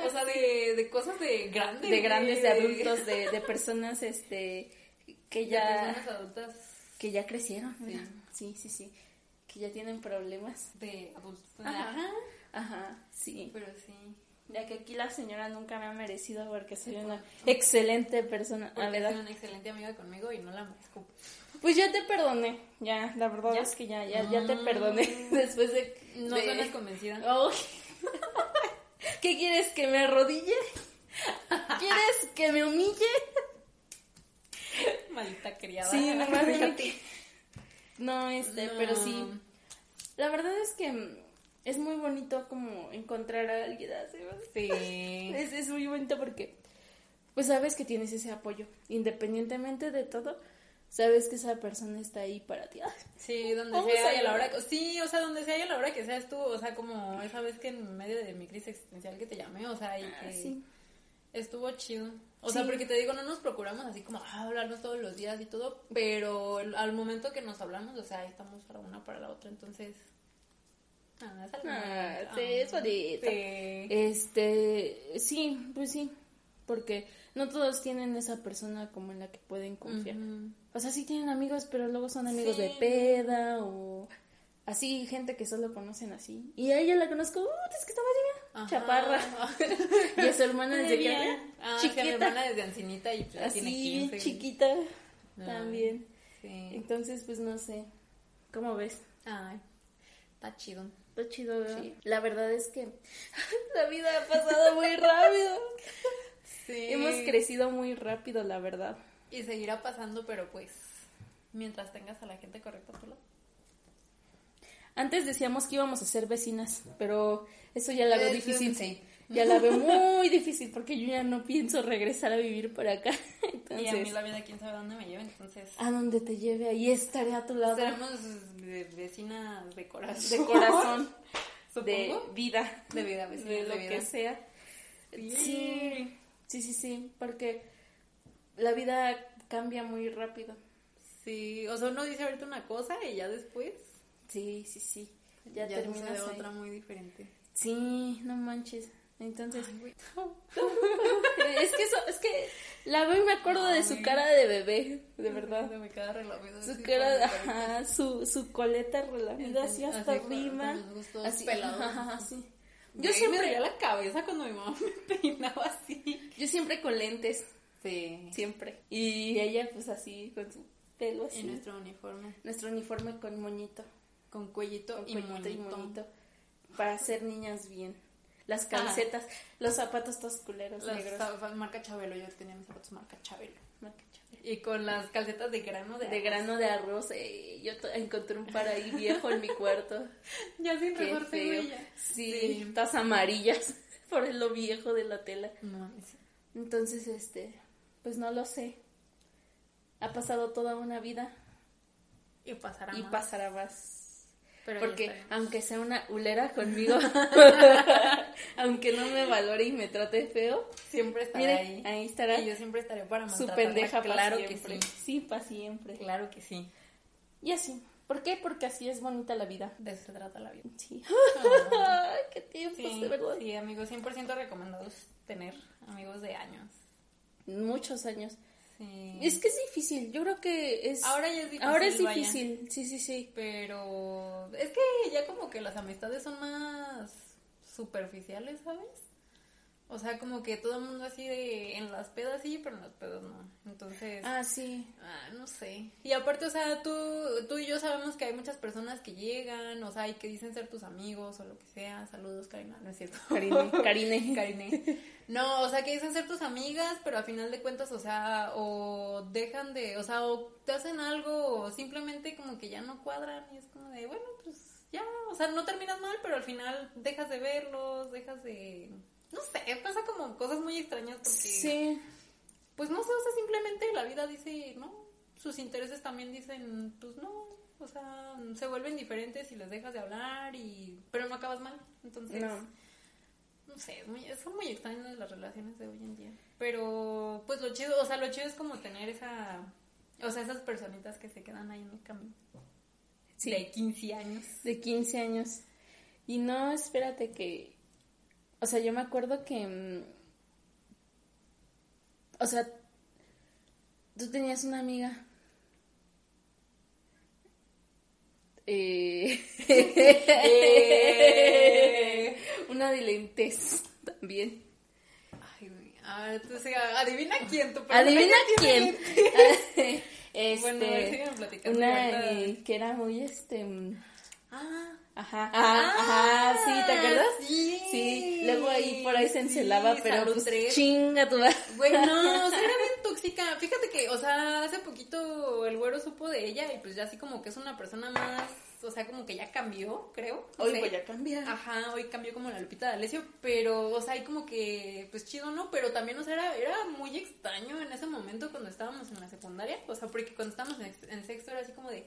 S2: O sea, de, de cosas de grandes.
S1: de grandes, de adultos, de, de personas este que
S2: Ya.
S1: ya...
S2: personas adultas
S1: Que ya crecieron, ¿verdad? Sí, sí, sí. Que ya tienen problemas.
S2: de adultos. pues,
S1: Ajá. Ajá, sí.
S2: Pero sí.
S1: Ya que aquí la señora nunca me ha merecido porque soy una excelente persona. La
S2: Porque es
S1: verdad.
S2: una excelente amiga conmigo y no la merezco.
S1: Pues ya te perdoné. Ya, la verdad
S2: ¿Ya?
S1: es que ya, ya, ya te
S2: Mm.
S1: perdoné. Después de.
S2: No
S1: de-
S2: suenas convencida.
S1: Oh. ¿Qué quieres? ¿Que me arrodille? ¿Quieres que me humille?
S2: Maldita criada.
S1: Sí, no mames.
S2: Fíjate.
S1: No, este,
S2: No.
S1: pero sí. La verdad es que mm, es muy bonito como encontrar a alguien así. ¿verdad?
S2: Sí.
S1: Es, es muy bonito porque, pues sabes que tienes ese apoyo, independientemente de todo, sabes que esa persona está ahí para ti. Ay,
S2: Sí, donde
S1: Vamos
S2: sea
S1: a
S2: y a la hora
S1: llorar.
S2: que... Sí, o sea, donde sea y a la hora que seas tú, o sea, como esa vez que en medio de mi crisis existencial que te llamé, o sea, y que
S1: Ah, sí.
S2: estuvo chido. O sea,
S1: Sí.
S2: porque te digo, no nos procuramos así como ah, hablarnos todos los días y todo, pero el- al momento que nos hablamos, o sea, ahí estamos para una para la otra, entonces... Ah, es algo
S1: Ah,
S2: bonito.
S1: sí, es bonito.
S2: Sí.
S1: Este, sí, pues sí, porque no todos tienen esa persona como en la que pueden confiar.
S2: Ujú.
S1: O sea, sí tienen amigos, pero luego son amigos
S2: Sí.
S1: de peda o así, gente que solo conocen así. Y a ella la conozco, "Uh, es que estaba divina,
S2: Ajá.
S1: chaparra. Y a su hermana desde que era
S2: Ah, sí,
S1: chiquita, Ah,
S2: mi hermana desde Ancinita y pues,
S1: así,
S2: tiene 15.
S1: chiquita
S2: Ah,
S1: también.
S2: Sí.
S1: Entonces, pues no sé. ¿Cómo ves?
S2: Ay, está chido.
S1: Está chido, ¿verdad?
S2: Sí.
S1: La verdad es que la vida ha pasado muy rápido.
S2: Sí.
S1: Hemos crecido muy rápido, la verdad.
S2: Y seguirá pasando, pero pues mientras tengas a la gente correcta a tu lado.
S1: Antes decíamos que íbamos a ser vecinas, pero eso ya la veo
S2: Eh,
S1: difícil.
S2: sí.
S1: Ya la veo muy difícil porque yo ya no pienso regresar a vivir por acá.
S2: y a mí
S1: Entonces,
S2: la vida quién sabe dónde me lleva, entonces
S1: a donde te lleve, ahí estaré a tu lado.
S2: seremos de- vecinas de
S1: De
S2: corazón.
S1: corazón, de
S2: supongo.
S1: vida,
S2: De, vida, vecinas
S1: de
S2: de,
S1: lo
S2: vida.
S1: que sea. Sí, sí, sí, sí, porque la vida cambia muy rápido.
S2: Sí, o sea, uno dice ahorita una cosa y ya después
S1: Sí, sí, sí. Ya,
S2: termina
S1: terminas ahí.
S2: otra muy diferente.
S1: Sí, no manches. Entonces, es que eso, es que la veo y me acuerdo de su
S2: Ay.
S1: cara de bebé, de verdad.
S2: Me queda relamido
S1: Su
S2: así
S1: cara,
S2: por mi carita.
S1: ajá, su, su coleta relamida así
S2: Así
S1: hasta
S2: con- con
S1: arriba.
S2: los ojos todos
S1: Así,
S2: pelados.
S1: ajá, ajá, sí.
S2: Yo
S1: Yo
S2: siempre me dolía
S1: siempre,
S2: la cabeza cuando mi mamá me peinaba así.
S1: yo siempre con lentes,
S2: Sí.
S1: siempre. Y ella pues así, con su pelo así.
S2: Y nuestro uniforme.
S1: Nuestro uniforme con moñito.
S2: Con cuellito,
S1: con
S2: y,
S1: cuellito y
S2: monito.
S1: monito. para ser niñas bien. Las calcetas, los zapatos todos culeros
S2: Las
S1: negros.
S2: zapas- marca Chabelo, yo tenía mis zapatos marca Chabelo.
S1: Marca Chabelo.
S2: Y con las calcetas de grano de,
S1: De grano de arroz, eh, yo to- encontré un par ahí viejo en mi cuarto.
S2: Ya sin
S1: Qué
S2: recorte,
S1: feo.
S2: güey. ya.
S1: Sí,
S2: Sí.
S1: todas amarillas por lo viejo de la tela.
S2: No mames.
S1: Entonces, este, pues no lo sé. Ha pasado toda una vida
S2: Y pasará
S1: y
S2: más.
S1: pasará más.
S2: Pero ya
S1: Porque
S2: está.
S1: aunque sea una hulera conmigo, aunque no me valore y me trate feo,
S2: siempre estará
S1: mire,
S2: ahí.
S1: ahí, estará
S2: Y yo siempre estaré para
S1: su
S2: maltratarla.
S1: pendeja
S2: Claro
S1: para
S2: que
S1: siempre.
S2: sí.
S1: Sí, para siempre.
S2: Claro que sí.
S1: Y así. ¿Por qué? Porque así es bonita la vida.
S2: De eso se trata la vida.
S1: Sí.
S2: Ah.
S1: Ay, qué tiempos,
S2: Sí,
S1: de verdad.
S2: sí, amigos, 100% recomendados tener amigos de años.
S1: Muchos años.
S2: Sí.
S1: Es que es difícil. Yo creo que es.
S2: Ahora ya es difícil.
S1: Ahora es
S2: vaya.
S1: difícil. Sí, sí, sí.
S2: Pero es que ya como que las amistades son más superficiales, ¿sabes? O sea, como que todo el mundo así de en las pedas sí, pero en las pedas no. Entonces,
S1: Ah, sí.
S2: ah, no sé. Y aparte, o sea, tú, tú y yo sabemos que hay muchas personas que llegan, o sea, y que dicen ser tus amigos o lo que sea. Saludos, Karina, no es cierto.
S1: Karine. Karine.
S2: Karine. No, o sea, que dicen ser tus amigas, pero a final de cuentas, o sea, o dejan de, o sea, o te hacen algo, o simplemente como que ya no cuadran y es como de, bueno, pues ya, o sea, no terminas mal, pero al final dejas de verlos, dejas de, no sé, pasa como cosas muy extrañas porque,
S1: Sí.
S2: pues no sé, o sea, simplemente la vida dice, no, sus intereses también dicen, pues no. O sea, se vuelven diferentes y les dejas de hablar y... Pero no acabas mal, entonces...
S1: No.
S2: No sé, es muy, son muy extrañas las relaciones de hoy en día. Pero, pues lo chido, o sea, lo chido es como tener esa. O sea, esas personitas que se quedan ahí en el camino.
S1: Sí.
S2: De 15 años.
S1: de 15 años. Y no, espérate que... O sea, yo me acuerdo que... mm, O sea, tú tenías una amiga. Eh,
S2: Eh.
S1: una de lentes también.
S2: Ay, güey. Ah, entonces, adivina quién tu persona
S1: Adivina
S2: que tiene
S1: quién.
S2: lentes.
S1: este,
S2: Bueno, a ver, sigan platicando.
S1: una
S2: ahorita.
S1: eh, que era muy este. mm,
S2: Ah.
S1: Ajá, ajá,
S2: Ah,
S1: ajá, sí, ¿te acuerdas?
S2: Sí.
S1: Sí, luego ahí por ahí se encelaba,
S2: Sí,
S1: pero
S2: Salud
S1: pues
S2: tres.
S1: chinga tu madre.
S2: Güey, no, o sea, era bien tóxica. Fíjate que, o sea, hace poquito el güero supo de ella y pues ya así como que es una persona más, o sea, como que ya cambió, creo. no sé.
S1: cambiar.
S2: Ajá, hoy cambió como la Lupita de Alesio, pero, o sea, hay como que, pues chido, ¿no? Pero también, o sea, era, era muy extraño en ese momento cuando estábamos en la secundaria, o sea, porque cuando estábamos en, ex- en sexto era así como de,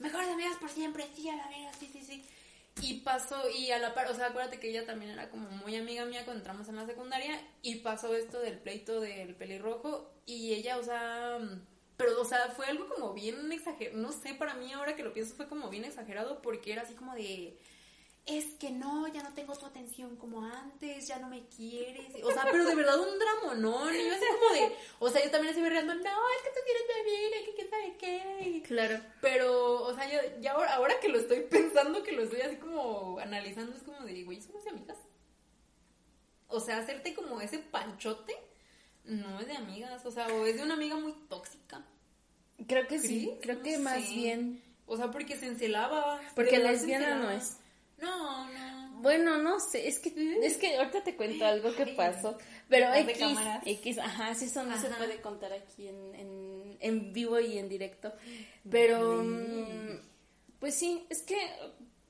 S2: mejores amigas por siempre, sí, a la verga, sí, sí, sí. Y pasó, y a la par, o sea, acuérdate que ella también era como muy amiga mía cuando entramos en la secundaria, y pasó esto del pleito del pelirrojo, y ella, o sea, pero, o sea, fue algo como bien exagerado, no sé, para mí ahora que lo pienso fue como bien exagerado, porque era así como de, es que no, ya no tengo tu atención como antes, ya no me quieres. O sea, pero de verdad un dramonón. Y yo así como de, o sea, yo también así berreando, no, es que tú quieres mi amiga, que quién sabe qué. Y-
S1: Claro.
S2: Pero, o sea, ya, ya ahora, ahora que lo estoy pensando, que lo estoy así como analizando, es como de, güey, somos amigas. O sea, hacerte como ese panchote no es de amigas, o sea, o es de una amiga muy tóxica.
S1: Creo que sí,
S2: ¿Crees?
S1: creo que
S2: No
S1: más
S2: sé.
S1: bien.
S2: O sea, porque se encelaba.
S1: Porque
S2: de verdad se
S1: lesbiana no
S2: encelaba.
S1: es.
S2: No, no.
S1: Bueno, no sé, es que es que ahorita te cuento algo que
S2: Ay.
S1: pasó, pero
S2: Detrás de
S1: X,
S2: cámaras.
S1: X, ajá, sí, eso no se
S2: Ajá.
S1: puede contar aquí en, en, en vivo y en directo, pero mm, pues sí, es que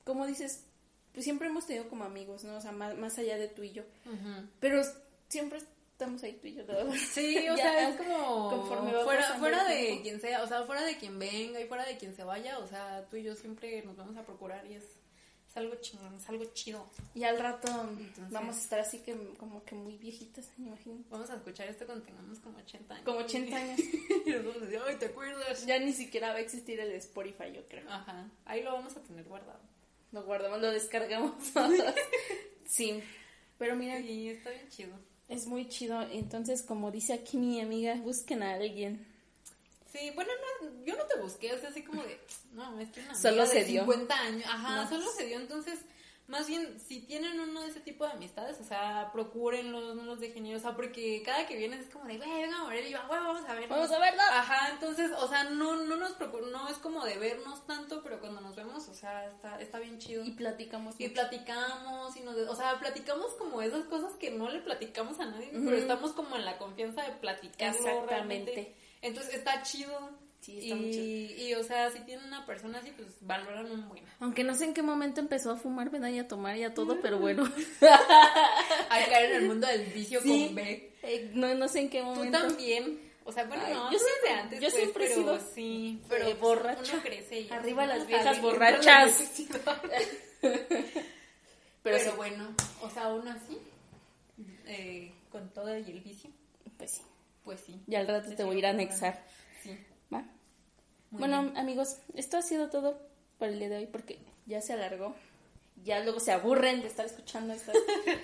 S1: como dices, pues siempre hemos tenido como amigos, ¿no? O sea, más, más allá de tú y yo,
S2: Ujú.
S1: pero siempre estamos ahí tú y yo. ¿no?
S2: Sí,
S1: Ya,
S2: o sea, es como
S1: conforme va
S2: fuera,
S1: pasando
S2: fuera
S1: el
S2: de
S1: tiempo.
S2: quien sea, o sea, fuera de quien venga y fuera de quien se vaya, o sea, tú y yo siempre nos vamos a procurar y es, es algo chingón, es algo chido.
S1: Y al rato
S2: Entonces-
S1: vamos a estar así que como que muy viejitas, me imagino.
S2: Vamos a escuchar esto cuando tengamos como 80 años.
S1: Como 80 años.
S2: y nos vamos a decir, ay, ¿te acuerdas?
S1: Ya ni siquiera va a existir el Spotify, yo creo.
S2: Ajá, ahí lo vamos a tener guardado.
S1: Lo guardamos, lo descargamos todos. sí. Pero mira,
S2: Sí, está bien chido.
S1: es muy chido. Entonces, como dice aquí mi amiga, busquen a alguien.
S2: Sí, bueno, no, yo no te busqué, o sea, así como de, no, es que una
S1: Solo
S2: amiga de
S1: se dio.
S2: 50 años, ajá,
S1: No.
S2: solo se dio, entonces, Más bien, si tienen uno de ese tipo de amistades, o sea, procúrenlos, no los dejen ir, o sea, porque cada que vienes es como de, güey, venga a Morelia, y yo, "Ah, huevo, vamos a ver.
S1: Vamos a verlo.
S2: Ajá, entonces, o sea, no, no nos procur- no es como de vernos tanto, pero cuando nos vemos, o sea, está, está bien chido.
S1: Y platicamos.
S2: Y
S1: mucho.
S2: platicamos, y nos, o sea, platicamos como esas cosas que no le platicamos a nadie, pero estamos como en la confianza de platicarlo
S1: Exactamente.
S2: realmente. Entonces está chido.
S1: Sí, está
S2: y,
S1: muy chido.
S2: y, o sea, si tienen una persona así, pues valoran un buen.
S1: Aunque no sé en qué momento empezó a fumar, ¿verdad? Y a tomar y a todo, pero bueno.
S2: Hay caer en el mundo del vicio
S1: Sí.
S2: con B.
S1: Eh, no, no sé en qué
S2: Tú
S1: momento.
S2: también. O sea, bueno,
S1: Ay,
S2: no,
S1: yo
S2: tú desde
S1: siempre-
S2: antes.
S1: yo
S2: pues,
S1: siempre he
S2: pero
S1: sido,
S2: Sí, pero pues,
S1: borracha.
S2: Uno crece y
S1: Arriba las
S2: Ajá,
S1: viejas
S2: sí,
S1: borrachas.
S2: Pero,
S1: Pero sí.
S2: bueno, o sea, aún así, eh, con todo y el vicio,
S1: Pues sí.
S2: pues sí.
S1: Y al rato te voy a ir a anexar.
S2: Sí.
S1: ¿va?
S2: Muy
S1: Bueno, amigos, esto ha sido todo por el día de hoy porque ya se alargó. Ya luego se aburren de estar escuchando estas,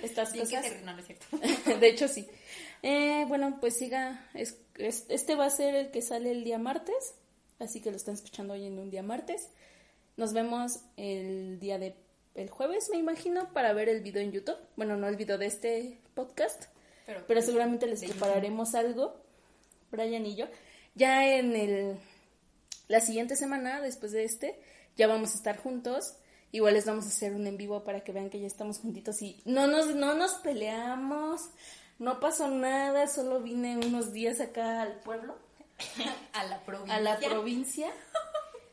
S1: estas
S2: Bien que
S1: cosas.
S2: se- no, no es cierto.
S1: De hecho, sí. Eh, bueno, pues siga. es- es- este va a ser el que sale el día martes. Así que lo están escuchando hoy en un día martes. Nos vemos el día de. El jueves, me imagino, para ver el video en YouTube. Bueno, no el video de este podcast.
S2: Pero,
S1: Pero seguramente les
S2: Sí.
S1: prepararemos algo, Brian y yo. Ya en el, la siguiente semana, después de este, ya vamos a estar juntos. Igual les vamos a hacer un en vivo para que vean que ya estamos juntitos y no nos, no nos peleamos, no pasó nada, solo vine unos días acá al pueblo,
S2: a la provincia.
S1: a la provincia,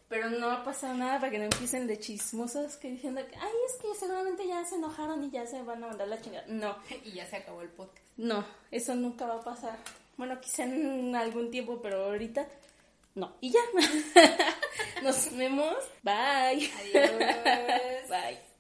S1: pero no ha pasado nada para que no empiecen de chismosos que diciendo que, ay, es que seguramente ya se enojaron y ya se van a mandar la chingada. No,
S2: Y ya se acabó el podcast.
S1: no, eso nunca va a pasar. Bueno, quizá en algún tiempo, pero ahorita no. Y ya. Nos vemos. Bye.
S2: Adiós.
S1: Bye.